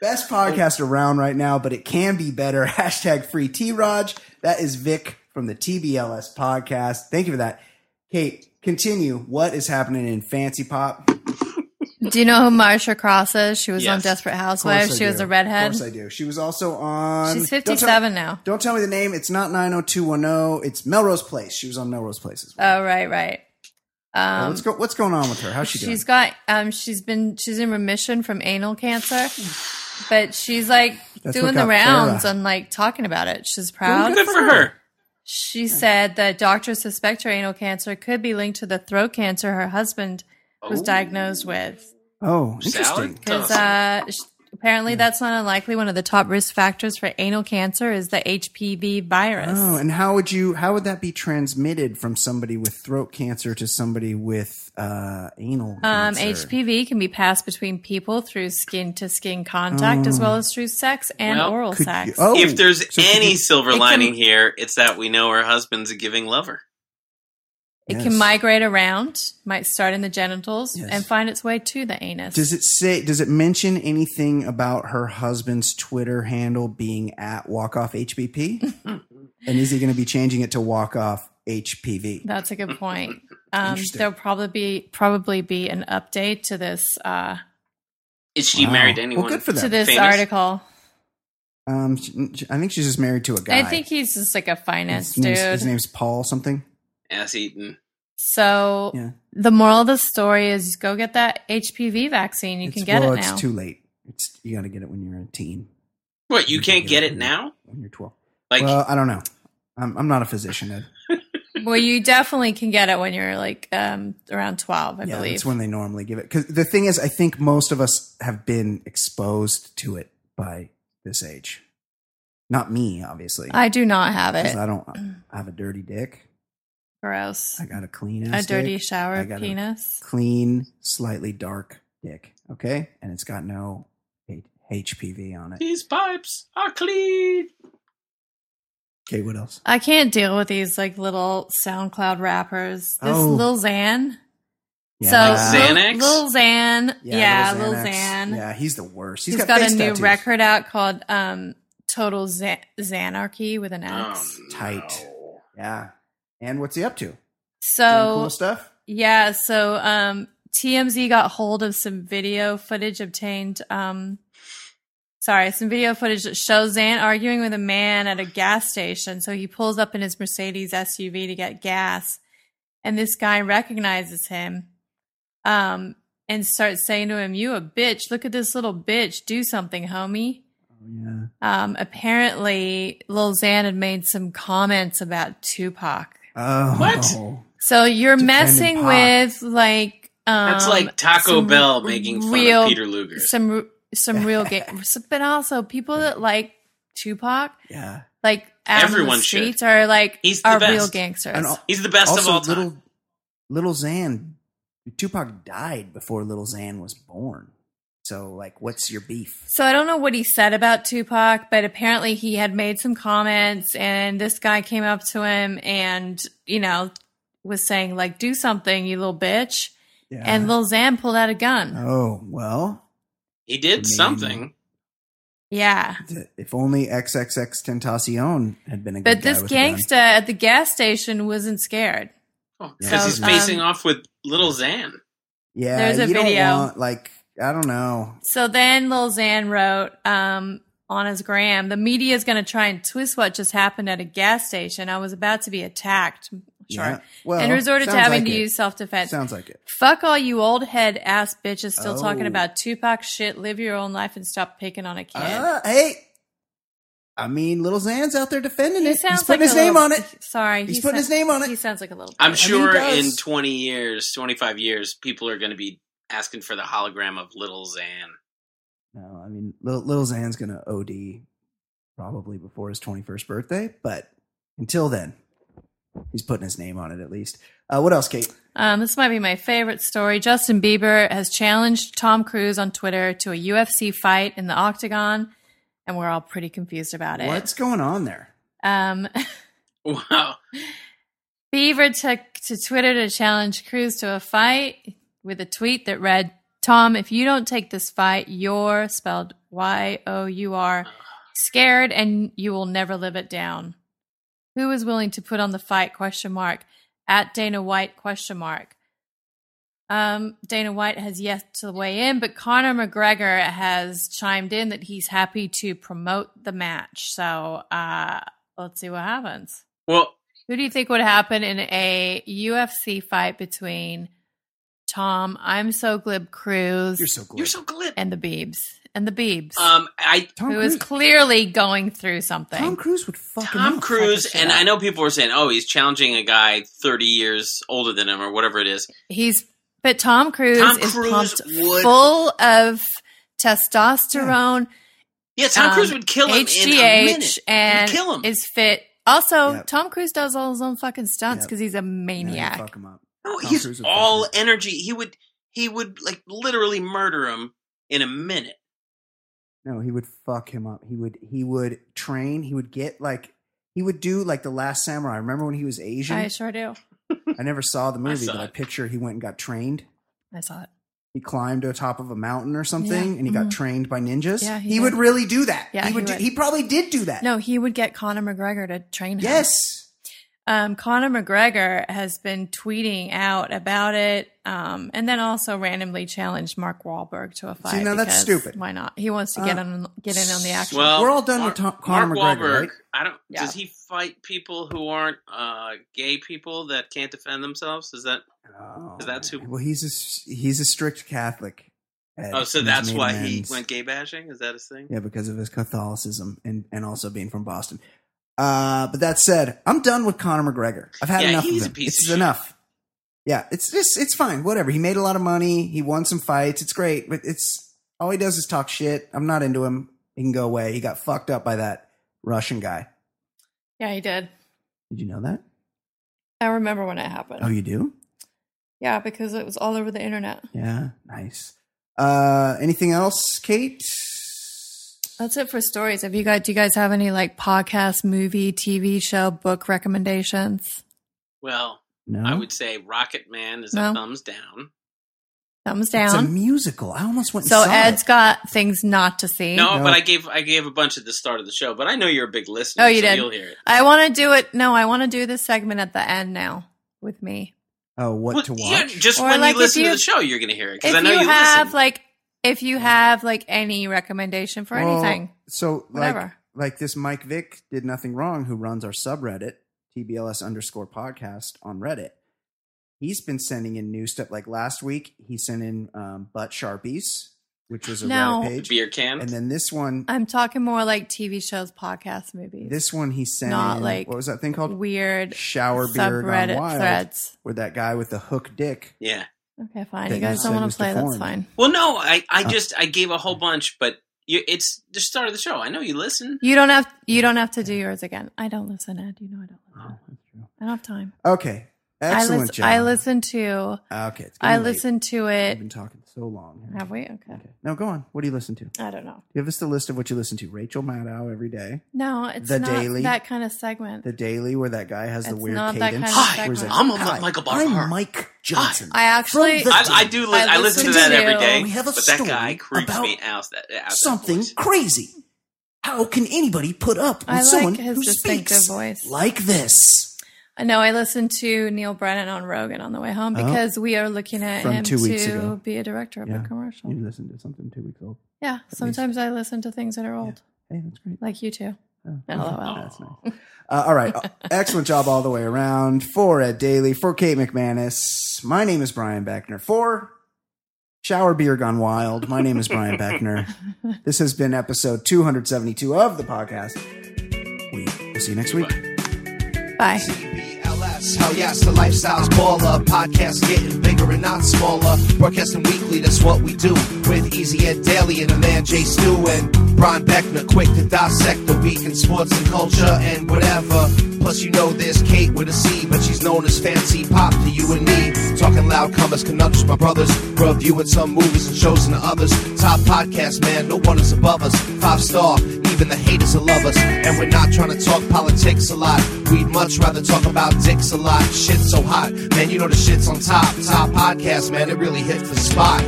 B: Best podcast around right now, but it can be better. Hashtag free T Raj. That is Vic from the TBLS podcast. Thank you for that. Kate, continue. What is happening in Fancy Pop?
C: Do you know who Marsha Cross is? She was on
A: Yes.
C: Desperate
B: Of course
C: Housewives.
B: I
C: She was
B: do.
C: a redhead.
B: Of course I do. She was also on.
C: She's
B: Don't tell me-
C: 57 now.
B: Don't tell me the name. It's not 90210. It's Melrose Place. She was on Melrose Place as well.
C: Oh, right, right.
B: Well,
C: Um,
B: what's, go- what's going on with her? How's she doing?
C: she's got um she's been she's in remission from anal cancer but she's like
B: That's what
C: doing the
B: got
C: rounds
B: Farrah.
C: and like talking about it she's proud
A: Good for her.
C: she said that doctors suspect her anal cancer could be linked to the throat cancer her husband was
A: Oh.
C: diagnosed with
B: oh, interesting.
A: Salad?
C: because
A: Tough.
C: uh, sh- Apparently, that's not unlikely. One of the top risk factors for anal cancer is the HPV virus.
B: Oh, and how would you? How would that be transmitted from somebody with throat cancer to somebody with uh, anal
C: Um,
B: cancer?
C: HPV can be passed between people through skin to skin contact as well as through sex and
A: Well,
C: oral
B: Oh. could
C: sex.
B: you- oh.
A: if there's
B: so could
A: any
B: you-
A: silver
C: It can-
A: lining here, it's that we know her husband's a giving lover.
C: it
B: Yes.
C: can migrate around, might start in the genitals,
B: Yes.
C: and find its way to the anus.
B: Does it say? Does it mention anything about her husband's Twitter handle being at Walk Off HBP? and is he going to be changing it to Walk Off HPV?
C: That's a good point. Um,
B: Interesting.
C: there'll probably be probably be an update to this uh,
A: Is she
B: Wow.
A: married to
B: Well,
A: anyone?
B: good for them.
C: to this
A: Famous?
C: article.
B: Um, she- I think she's just married to a guy.
C: I think he's just like a finance
B: his name's,
C: dude.
B: his name's Paul something.
A: Ass eaten.
C: so
B: Yeah.
C: the moral of the story is go get that HPV vaccine. You can
B: It's-
C: get
B: well,
C: it now.
B: It's too late. It's you got to get it when you're a teen.
A: What, you can't get it now?
B: when you're 12.
A: Like,
B: well, I don't know. I'm, I'm not a physician. Ed.
C: well, you definitely can get it when you're like um, around twelve, I
B: yeah,
C: believe.
B: that's when they normally give it. Because the thing is, I think most of us have been exposed to it by this age. Not me, obviously.
C: I do not have
B: 'cause
C: it.
B: I don't I have a dirty dick.
C: Gross.
B: I got a clean
C: A
B: ass
C: dirty
B: dick, I
C: shower
B: gotta-
C: penis.
B: clean, slightly dark dick. Okay, and it's got no H- HPV on it.
A: these pipes are clean.
B: Okay, what else?
C: I can't deal with these like little SoundCloud rappers. This
B: Oh.
C: Lil Xan. So
A: Like
C: Lil,
A: Xanax?
C: Lil Xan. Yeah, Lil
B: Xanax.
C: Xan.
B: Yeah, he's the worst.
C: He's
B: got,
C: got,
B: face
C: a new
B: tattoos.
C: record out called um, Total Xan- Xanarchy with an X.
A: Um,
B: Tight. Yeah. And what's he up to? Doing
C: so
B: cool stuff.
C: yeah, so um, TMZ got hold of some video footage obtained. Um, sorry, some video footage that shows Xan arguing with a man at a gas station. So he pulls up in his Mercedes SUV to get gas, and this guy recognizes him. Um. And starts saying to him, "You a bitch! Look at this little bitch! Do something, homie!"
B: Yeah.
C: Um, apparently, Lil Xan had made some comments about Tupac.
B: Oh.
A: What?
C: So you're
B: Defending
C: messing
B: Pac.
C: with like um,
A: That's like Taco
C: some
A: Bell making fun
C: real-
A: of Peter Luger.
C: some some real game, but also people that like Tupac,
B: Yeah.
C: like out in
A: Everyone
C: the
A: should.
C: streets are like
A: He's the
C: are
A: best.
C: real gangsters.
B: And al-
A: He's the best
B: also,
A: of all time.
B: little little Xan, Tupac died before little Xan was born. So, like, what's your beef?
C: So I don't know what he said about Tupac, but apparently he had made some comments and this guy came up to him and, you know, was saying like, do something, you little bitch.
B: Yeah.
C: And Lil Xan pulled out a gun.
B: oh well,
A: he did
B: mean-
A: something.
C: Yeah.
B: th- if only XXX Tentacion had been a good
C: But
B: guy
C: this
B: with a gun.
C: gangsta at the gas station wasn't scared.
A: Oh, Because
B: So,
A: he's
B: um,
A: facing off with Little Zan.
B: Yeah,
C: There's a
B: you don't
C: video.
B: want, like, I don't know.
C: So then Lil Xan wrote um, on his gram, the media is going to try and twist what just happened at a gas station. I was about to be attacked. Sure.
B: Yeah. Well,
C: and resorted to
B: sounds
C: having
B: like
C: to
B: it.
C: use self defense.
B: Sounds like it.
C: Fuck all you old head ass bitches still talking
B: Oh.
C: about Tupac shit. Live your own life and stop picking on a kid.
B: Uh, hey, I mean, little Zan's out there defending it. He's putting his
C: a
B: name
C: little-
B: on it.
C: Sorry,
B: He's
C: he
B: putting his name on it.
C: He sounds like a little.
A: I'm
C: bitch.
A: sure
B: does.
A: in 20 years, 25 years, people are going to be asking for the hologram of Little Zan.
B: No, I mean, little, little Zan's gonna OD probably before his 21st birthday, but until then, he's putting his name on it at least. Uh, what else, Kate?
C: Um, this might be my favorite story. Justin Bieber has challenged Tom Cruise on Twitter to a UFC fight in the octagon, and we're all pretty confused about it.
B: What's going on there?
C: Um,
A: Wow.
C: Bieber took to Twitter to challenge Cruz to a fight with a tweet that read, Tom, if you don't take this fight, you're spelled Y O U R, scared and you will never live it down. Who is willing to put on the fight question mark at Dana White question mark? Um, Dana White has yet to weigh in, but Conor McGregor has chimed in that he's happy to promote the match. So uh, let's see what happens.
A: Well,
C: Who do you think would happen in a UFC fight between Tom, I'm so glib Cruz,
B: You're so glib.
A: you're so glib.
C: and the Beebs? And the Beebs,
A: Um, I
B: Tom
C: who
B: Cruise.
C: is clearly going through something.
B: Tom Cruise would fucking
A: Tom
B: up.
A: Cruise,
B: Fuck
A: and
B: that
A: I
B: shit
A: know people were saying, "Oh, he's challenging a guy 30 years older than him, or whatever it is."
C: He's but Tom Cruise
A: Tom
C: is
A: Cruise
C: pumped
A: would-
C: full of testosterone,
A: Yeah, Tom
C: um,
A: Cruise would kill him in a minute.
C: HGH,
A: He'd
C: and
A: kill him.
C: is fit. Also,
B: Yep.
C: Tom Cruise does all his own fucking stunts
B: Yep.
C: because he's a maniac.
B: fuck him up.
A: No,
B: Tom
A: he's
B: Cruise would
A: all
B: fucking-
A: energy. He would he would like literally murder him in a minute.
B: No, he would fuck him up. He would he would train. He would get like he would do like the Last Samurai. Remember when he was Asian?
C: I
B: I,
C: sure do.
B: never saw the movie,
A: saw
B: but I
A: it.
B: picture he went and got trained.
C: I saw it.
B: He climbed to the top of a mountain or something,
C: Yeah,
B: and he got
C: mhm.
B: trained by ninjas.
C: Yeah,
B: he,
C: he
B: would
C: did.
B: really do that.
C: Yeah,
B: he would.
C: he
B: do,
C: would.
B: he probably did do that.
C: No, he would get Conor McGregor to train him.
B: Yes.
C: Um, Conor McGregor has been tweeting out about it, um, and then also randomly challenged Mark Wahlberg to a fight.
B: now that's
C: because
B: stupid.
C: Why not? He wants to get
B: Uh,
C: on get in on the action.
A: Well,
B: We're all done
A: Mark-
B: with Tom, Conor
A: Mark
B: McGregor, right?
A: I don't.
C: Yeah.
A: Does he fight people who aren't uh, gay people that can't defend themselves? Is that?
B: Oh.
A: That's who-
B: Well, he's a s- he's a strict Catholic. Ed,
A: Oh, so
B: and he's
A: that's
B: made
A: why he
B: amends.
A: went gay bashing. Is that his thing?
B: Yeah, because of his Catholicism and and also being from Boston. Uh, but that said, I'm done with Conor McGregor. I've had
A: Yeah,
B: enough.
A: he's
B: of him.
A: a piece
B: It's
A: of shit.
B: enough. Yeah, it's just it's fine. Whatever. He made a lot of money. He won some fights. It's great, but it's all he does is talk shit. I'm not into him. He can go away. He got fucked up by that Russian guy.
C: yeah, he did.
B: Did you know that?
C: I remember when it happened.
B: Oh, you do?
C: yeah, because it was all over the internet.
B: Yeah, nice. Uh, anything else, Kate?
C: That's it for stories. Have you guys? Do you guys have any like podcast, movie, TV show, book recommendations?
A: Well,
B: No.
A: I would say Rocket Man is a
C: No.
A: thumbs down.
C: Thumbs
B: It's a
C: down.
B: musical. I almost went. And
C: So
B: saw
C: Ed's
B: it.
C: got things not to see.
A: No,
B: No.
A: but I gave I gave a bunch at the start of the show. But I know you're a big listener.
C: Oh, you
A: so
C: did.
A: You'll hear it.
C: I want to do it. No, I want to do this segment at the end now with me.
B: Oh, what
A: Well,
B: to watch?
A: yeah, just
C: Or
A: when
C: like
A: you
C: if
A: listen
C: you-
A: to the show, you're going to hear it because
C: If
A: I know
C: you,
A: you,
C: have
A: listen.
C: like, if you have like any recommendation for
B: Well,
C: anything,
B: So like
C: Whatever.
B: like this Mike Vick did nothing wrong who runs our subreddit, TBLS underscore podcast on Reddit. He's been sending in new stuff. Like last week, he sent in um, butt sharpies, which was a
C: No.
B: Reddit
A: the
B: page.
A: beer can.
B: And then this one,
C: I'm talking more like TV shows, podcasts, movies,
B: this one he sent
C: Not
B: in,
C: like
B: what was that thing called?
C: weird
B: Shower beer gone
C: subreddit
B: wild,
C: threads.
B: where that guy with the hook dick.
A: yeah.
C: Okay, fine.
B: That
C: you
B: you
C: guys don't
B: said
C: want
B: was
C: to play. That's
B: deformed.
C: fine.
A: Well, no, I I
B: Uh,
A: just I gave a whole bunch, but you, it's the start of the show. I know you listen.
C: You don't have. You don't have to do yours again. I don't listen, Ed. You know I don't. Listen. I don't have time.
B: Okay, Oh, excellent
C: I listen,
B: job.
C: I listen to.
B: Okay, it's
C: I
B: getting late.
C: listen to
B: We've
C: it.
B: been talking so long.
C: Have we? Okay.
B: Okay. No, go on. What do you listen to?
C: I don't know.
B: Give us the list of what you listen to. Rachel Maddow every day.
C: No, it's
B: The
C: not
B: Daily?
C: that kind of segment.
B: The Daily, where that guy has the
C: It's
B: weird
C: not that
B: cadence.
C: kind of Hi,
B: where he's like,
A: I'm a
B: "Hi,
A: Michael Barber.
B: I'm Mike Johnson.
C: I actually.
B: From the-
A: I, I do. Li- I, listen to that every day.
B: We have a
A: but that
B: story
A: guy creeps
B: about
A: me out. That, out that
B: Something
A: voice.
B: crazy. How can anybody put up with
C: I like
B: someone
C: his
B: who
C: distinctive
B: speaks
C: voice.
B: like this?
C: I know I listened to Neil Brennan on Rogan on the way home
B: Oh.
C: because we are looking at
B: From
C: him
B: two
C: to
B: weeks ago.
C: be a director of
B: Yeah.
C: a commercial.
B: listened to something two weeks old.
C: yeah, sometimes I listen to things that are old,
B: Hey, that's great.
C: like you two.
B: Oh,
C: LOL.
B: That's nice. Uh, all right. Excellent job all the way around. For Ed Daily, for Kate McManus. My name is Brian Beckner. For Shower Beer Gone Wild. My name is Brian Beckner. This has been episode 272 of the podcast. We will see you next week.
C: Bye.
H: TBLS. Hell yes, the lifestyle's baller. Podcast getting bigger and not smaller. Broadcasting weekly, that's what we do. With Easy Ed Daily and the man Jay Stu and Brian Beckner, quick to dissect the week in sports and culture and whatever. Plus, you know there's Kate with a C, but she's known as Fancy Pop to you and me. Talking loud, comers, conundrums, my brothers. Reviewing some movies and shows and the others. Top podcast, man, no one is above us. Five star, even the haters will love us. And we're not trying to talk politics a lot. We'd much rather talk about dicks a lot. Shit's so hot, man, you know the shit's on top. Top podcast, man, it really hit the spot.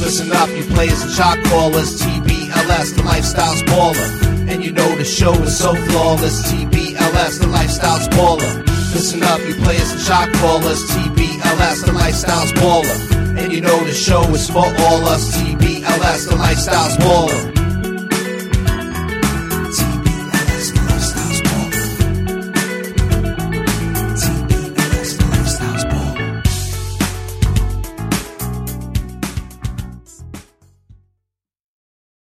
H: Listen up, you players and shot callers. TBLS, the lifestyle's baller. And you know the show is so flawless. TBLS, the lifestyle's baller. Listen up, you players and shot callers. TBLS, the lifestyle's baller. And you know the show is for all us. TBLS, the lifestyle's baller.